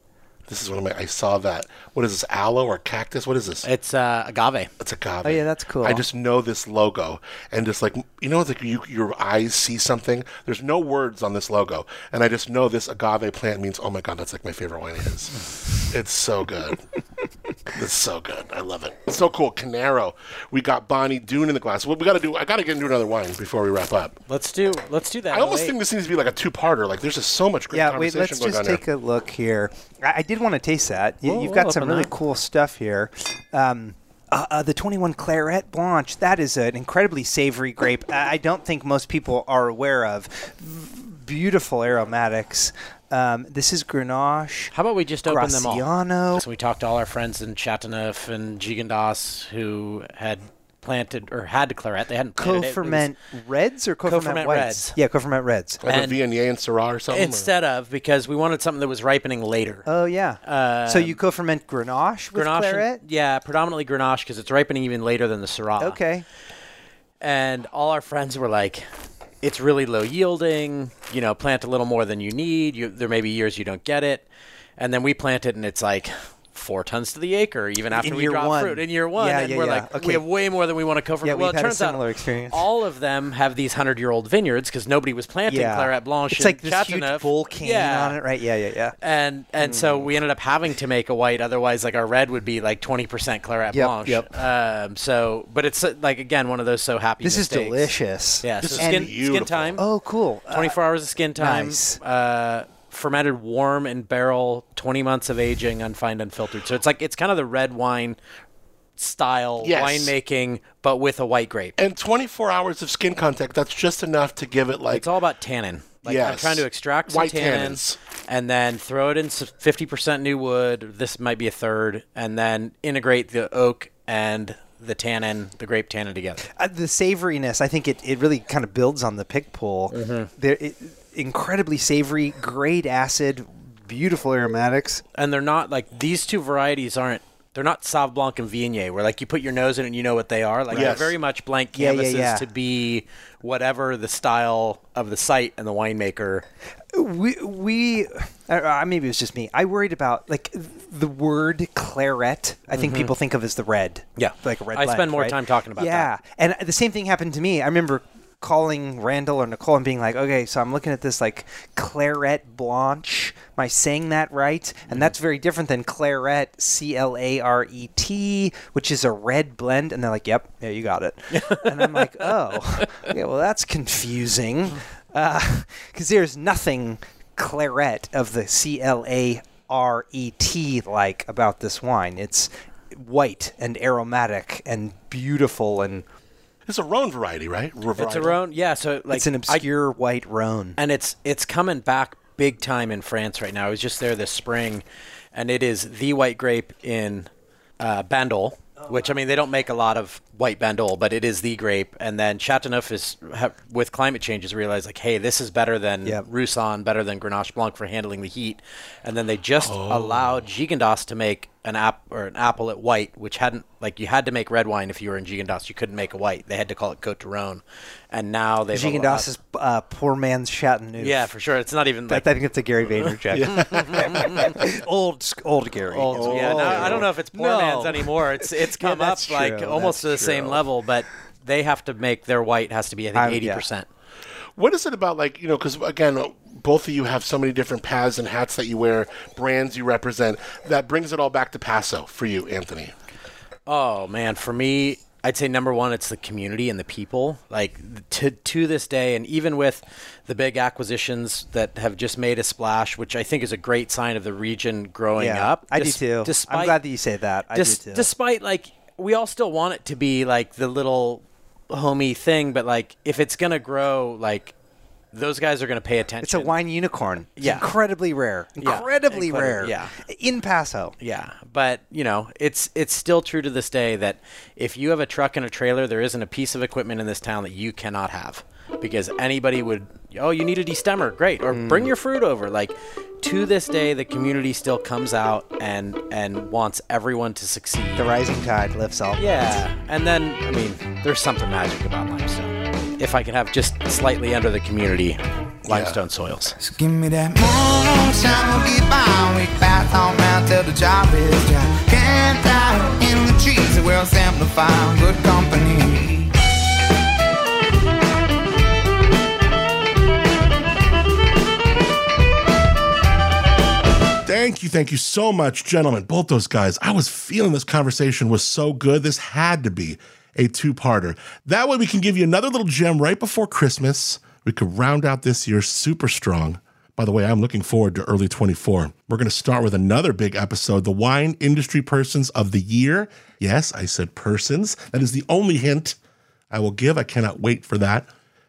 [SPEAKER 1] This is one of my. I saw that. What is this? Aloe or cactus? What is this?
[SPEAKER 4] it's uh, agave
[SPEAKER 1] It's agave.
[SPEAKER 5] Oh, yeah, that's cool.
[SPEAKER 1] I just know this logo, and just like you know, it's like you, your eyes see something. There's no words on this logo, and I just know this agave plant means. Oh my god, that's like my favorite wine it is. it's so good. it's so good. I love it. It's so cool. Canaro. We got Bonnie Doon in the glass. Well, we got to do. I got to get into another wine before we wrap up.
[SPEAKER 4] let's do let's do that
[SPEAKER 1] I almost
[SPEAKER 4] Wait.
[SPEAKER 1] think this needs to be like a two-parter. Like, there's just so much great
[SPEAKER 5] Oh, yeah, wait.
[SPEAKER 1] conversation
[SPEAKER 5] Let's
[SPEAKER 1] going
[SPEAKER 5] just
[SPEAKER 1] on
[SPEAKER 5] take
[SPEAKER 1] here.
[SPEAKER 5] a look here. I, I did want to taste that. You,
[SPEAKER 4] We'll-
[SPEAKER 5] you've
[SPEAKER 4] we'll
[SPEAKER 5] got some
[SPEAKER 4] open
[SPEAKER 5] really
[SPEAKER 4] that.
[SPEAKER 5] cool stuff here. Um, uh, uh, the 21 Claret Blanche. That is an incredibly savory grape. I, I don't think most people are aware of. Beautiful aromatics. Um, this is Grenache.
[SPEAKER 4] how about we just open them all
[SPEAKER 5] Graciano.
[SPEAKER 4] so we talked to all our friends in Chateauneuf and Gigandas who had planted or had claret they hadn't planted it. It was-
[SPEAKER 5] Co-ferment reds or co-ferment,
[SPEAKER 4] Co-ferment
[SPEAKER 5] whites?
[SPEAKER 4] reds.
[SPEAKER 5] Yeah, co-ferment reds.
[SPEAKER 1] Like
[SPEAKER 4] and- uh,
[SPEAKER 1] a Viognier and Syrah or something. or-
[SPEAKER 4] instead of because we wanted something that was ripening later
[SPEAKER 5] Oh yeah. so you co-ferment Grenache with
[SPEAKER 4] Um, Grenache and-
[SPEAKER 5] claret.
[SPEAKER 4] yeah, predominantly Grenache because it's ripening even later than the Syrah.
[SPEAKER 5] Okay.
[SPEAKER 4] and all our friends were like it's really low yielding you know plant a little more than you need you, there may be years you don't get it and then we plant it and it's like four tons to the acre, even after
[SPEAKER 5] In
[SPEAKER 4] we
[SPEAKER 5] year
[SPEAKER 4] drop
[SPEAKER 5] one.
[SPEAKER 4] fruit in year one.
[SPEAKER 5] Yeah,
[SPEAKER 4] and
[SPEAKER 5] yeah,
[SPEAKER 4] we're
[SPEAKER 5] yeah.
[SPEAKER 4] like, we
[SPEAKER 5] Okay.
[SPEAKER 4] have way more than we want to cover.
[SPEAKER 5] Yeah,
[SPEAKER 4] well,
[SPEAKER 5] we've
[SPEAKER 4] it
[SPEAKER 5] had a
[SPEAKER 4] turns
[SPEAKER 5] similar
[SPEAKER 4] out
[SPEAKER 5] experience.
[SPEAKER 4] all of them have these hundred-year-old vineyards because nobody was planting
[SPEAKER 5] yeah.
[SPEAKER 4] Claret Blanche.
[SPEAKER 5] It's
[SPEAKER 4] in
[SPEAKER 5] like this huge
[SPEAKER 4] Chateauneuf.
[SPEAKER 5] bull cane
[SPEAKER 4] Yeah.
[SPEAKER 5] on it, right? Yeah, yeah, yeah.
[SPEAKER 4] And and so we ended up having to make a white, otherwise like our red would be like twenty percent claret
[SPEAKER 5] Yep,
[SPEAKER 4] blanche.
[SPEAKER 5] yep.
[SPEAKER 4] Um, so, but it's uh, like again one of those so happy.
[SPEAKER 5] This
[SPEAKER 4] mistakes.
[SPEAKER 5] is delicious.
[SPEAKER 4] Yeah. So
[SPEAKER 1] is
[SPEAKER 4] skin, skin
[SPEAKER 1] beautiful.
[SPEAKER 4] time.
[SPEAKER 5] Oh, cool. Uh,
[SPEAKER 4] 24 hours of skin time.
[SPEAKER 5] Nice.
[SPEAKER 4] Uh, fermented warm and barrel, 20 months of aging, unfined, unfiltered. So it's like, it's kind of the red wine style
[SPEAKER 1] Yes.
[SPEAKER 4] winemaking, but with a white grape.
[SPEAKER 1] And 24 hours of skin contact, that's just enough to give it like
[SPEAKER 4] It's all about tannin. Like I'm
[SPEAKER 1] Yes.
[SPEAKER 4] trying to extract some
[SPEAKER 1] White
[SPEAKER 4] tannin
[SPEAKER 1] tannins.
[SPEAKER 4] and then throw it in s- 50% new wood. This might be a third, and then integrate the oak and the tannin, the grape tannin together.
[SPEAKER 5] uh, the savoriness, I think it, it really kind of builds on the pick pole. They're it, incredibly savory, great acid, beautiful aromatics.
[SPEAKER 4] and they're not like these two varieties aren't they're not Sauv Blanc and Viognier, where like you put your nose in it and you know what they are. Like
[SPEAKER 1] Yes.
[SPEAKER 4] they're very much blank
[SPEAKER 5] Yeah, yeah,
[SPEAKER 4] canvases
[SPEAKER 5] yeah.
[SPEAKER 4] to be whatever the style of the site and the winemaker.
[SPEAKER 5] We, we uh, maybe it was just me. I worried about like the word claret. I think people think of as the red.
[SPEAKER 4] Yeah.
[SPEAKER 5] like a red.
[SPEAKER 4] Mm-hmm. I
[SPEAKER 5] blend,
[SPEAKER 4] spend more
[SPEAKER 5] right?
[SPEAKER 4] time talking about
[SPEAKER 5] yeah.
[SPEAKER 4] that.
[SPEAKER 5] Yeah, and the same thing happened to me. I remember calling Randall or Nicole and being like, "Okay, so I'm looking at this like claret blanche. Am I saying that right?" And that's very different than claret, C L A R E T, which is a red blend. And they're like, "Yep, yeah, you got it." and I'm like, "Oh, yeah, well, that's confusing." because there's nothing claret of the C L A R E T like about this wine. It's white and aromatic and beautiful, and
[SPEAKER 1] it's a Rhone variety, right? Rhone
[SPEAKER 4] It's a
[SPEAKER 1] variety.
[SPEAKER 4] Rhone, yeah. So like
[SPEAKER 5] it's an
[SPEAKER 4] I-
[SPEAKER 5] obscure white Rhone.
[SPEAKER 4] and it's it's coming back big time in France right now. I was just there this spring, and it is the white grape in uh, Bandol, which I mean they don't make a lot of white Bandol, but it is the grape. And then Chateauneuf is ha- with climate changes realized like, hey, this is better than
[SPEAKER 5] Yep.
[SPEAKER 4] Roussan, better than Grenache Blanc for handling the heat. And then they just allowed Gigondas to make an app or an apple at white, which hadn't like you had to make red wine if you were in Gigondas. You couldn't make a white. They had to call it Cote de Rhone. And now they've allowed-
[SPEAKER 5] Gigandas is uh, poor man's Chateauneuf.
[SPEAKER 4] yeah, for sure. It's not even
[SPEAKER 5] I, I
[SPEAKER 4] like
[SPEAKER 5] think it's a Gary Vaynerchuk. old, sc- old Gary.
[SPEAKER 4] old. Yeah, now, I don't know if it's poor
[SPEAKER 5] No.
[SPEAKER 4] man's anymore. It's it's come up
[SPEAKER 5] that's
[SPEAKER 4] like
[SPEAKER 5] true,
[SPEAKER 4] almost to the
[SPEAKER 5] that's
[SPEAKER 4] same
[SPEAKER 5] true.
[SPEAKER 4] level, but they have to make their white has to be I think
[SPEAKER 5] I'm-
[SPEAKER 4] eighty
[SPEAKER 5] yeah.
[SPEAKER 4] percent.
[SPEAKER 1] What is it about like you know? Because again, both of you have so many different paths and hats that you wear, brands you represent. That brings it all back to Paso for you, Anthony.
[SPEAKER 4] Oh man, for me, I'd say number one, it's the community and the people. Like to to this day, and even with the big acquisitions that have just made a splash, which I think is a great sign of the region growing
[SPEAKER 5] Yeah,
[SPEAKER 4] up.
[SPEAKER 5] I do
[SPEAKER 4] Des-
[SPEAKER 5] too. I'm
[SPEAKER 4] despite-
[SPEAKER 5] glad that you say that. I
[SPEAKER 4] Des-
[SPEAKER 5] do too.
[SPEAKER 4] Despite like we all still want it to be like the little homey thing, but like if it's gonna grow, like those guys are gonna pay attention.
[SPEAKER 5] it's a wine unicorn. It's
[SPEAKER 4] Yeah.
[SPEAKER 5] incredibly rare.
[SPEAKER 4] Yeah.
[SPEAKER 5] Incredibly
[SPEAKER 4] Incredible,
[SPEAKER 5] rare.
[SPEAKER 4] yeah.
[SPEAKER 5] in Paso.
[SPEAKER 4] Yeah, but you know, it's it's still true to this day that if you have a truck and a trailer, there isn't a piece of equipment in this town that you cannot have because anybody would. Oh, you need a destemmer, great,
[SPEAKER 5] Mm.
[SPEAKER 4] or bring your fruit over. Like to this day, the community still comes out and and wants everyone to succeed.
[SPEAKER 5] The rising tide lifts all.
[SPEAKER 4] Yeah, and then I mean, there's something magic about limestone. If I could have just slightly under the community limestone soils.
[SPEAKER 2] Just give me that moon on shine, we'll be fine. We pass on round till the job is done. Camped out in the trees, the world's amplifying good company.
[SPEAKER 6] Thank you, thank you so much, gentlemen. Both those guys. I was feeling this conversation was so good. This had to be a two parter. That way, we can give you another little gem right before Christmas. We could round out this year super strong. By the way, I'm looking forward to early 24. We're going to start with another big episode the Wine Industry Persons of the Year. Yes, I said persons. That is the only hint I will give. I cannot wait for that.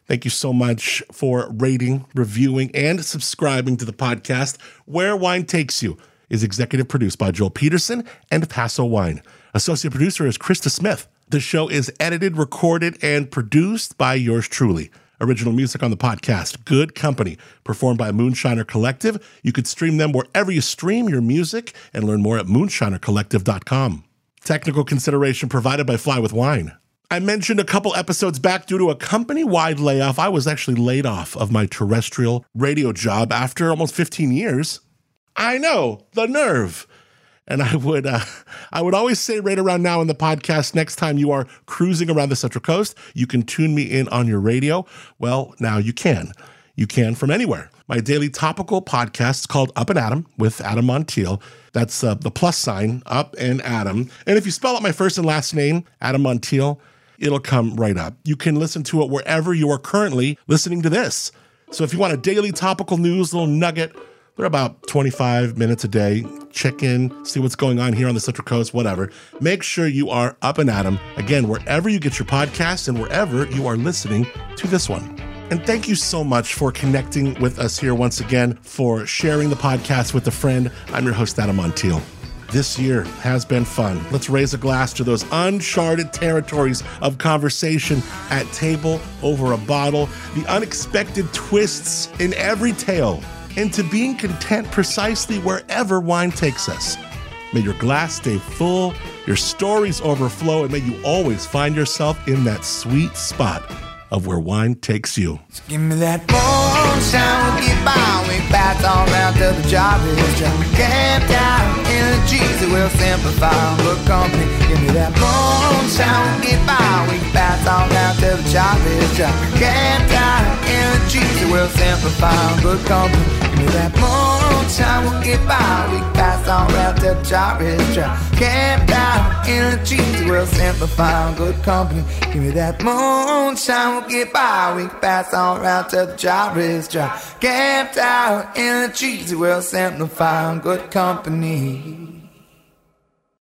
[SPEAKER 6] Thank you so much for rating, reviewing, and subscribing to the podcast. Where Wine Takes You is executive produced by Joel Peterson and Paso Wine. Associate producer is Krista Smith. The show is edited, recorded, and produced by yours truly. Original music on the podcast, Good Company, performed by Moonshiner Collective. You could stream them wherever you stream your music and learn more at moonshinercollective.com. Technical consideration provided by Fly with Wine. I mentioned a couple episodes back due to a company wide layoff, I was actually laid off of my terrestrial radio job after almost 15 years. I know, the nerve. And I would, uh, I would always say right around now in the podcast, next time you are cruising around the Central Coast, you can tune me in on your radio. Well, now you can. You can from anywhere. My daily topical podcast is called Up and Adam with Adam Montiel. That's uh, the plus sign, Up and Adam. And if you spell out my first and last name, Adam Montiel, it'll come right up. You can listen to it wherever you are currently listening to this. So if you want a daily topical news little nugget, they're about 25 minutes a day. Check in, see what's going on here on the Central Coast, whatever. Make sure you are up and at 'em. Again, wherever you get your podcast and wherever you are listening to this one. And thank you so much for connecting with us here once again, for sharing the podcast with a friend. I'm your host, Adam Montiel. This year has been fun. Let's raise a glass to those uncharted territories of conversation at table, over a bottle, the unexpected twists in every tale, and to being content precisely wherever wine takes us. May your glass stay full, your stories overflow, and may you always find yourself in that sweet spot of where wine takes you.
[SPEAKER 2] Give me that moonshine, we get by, we pass all round till the job is done. Camped out in the trees, it will simplify the company. Give me that moonshine, we get by, we pass all round till the job is done. Camped out in the trees, it will simplify the company. Give me that moonshine, we get by, we pass all round till the job is done. Camped out in the trees, it will simplify good company. Give me that moonshine, we'll get by. We can pass on round till the job is dry. Camped out in the trees, we'll simplify on good company.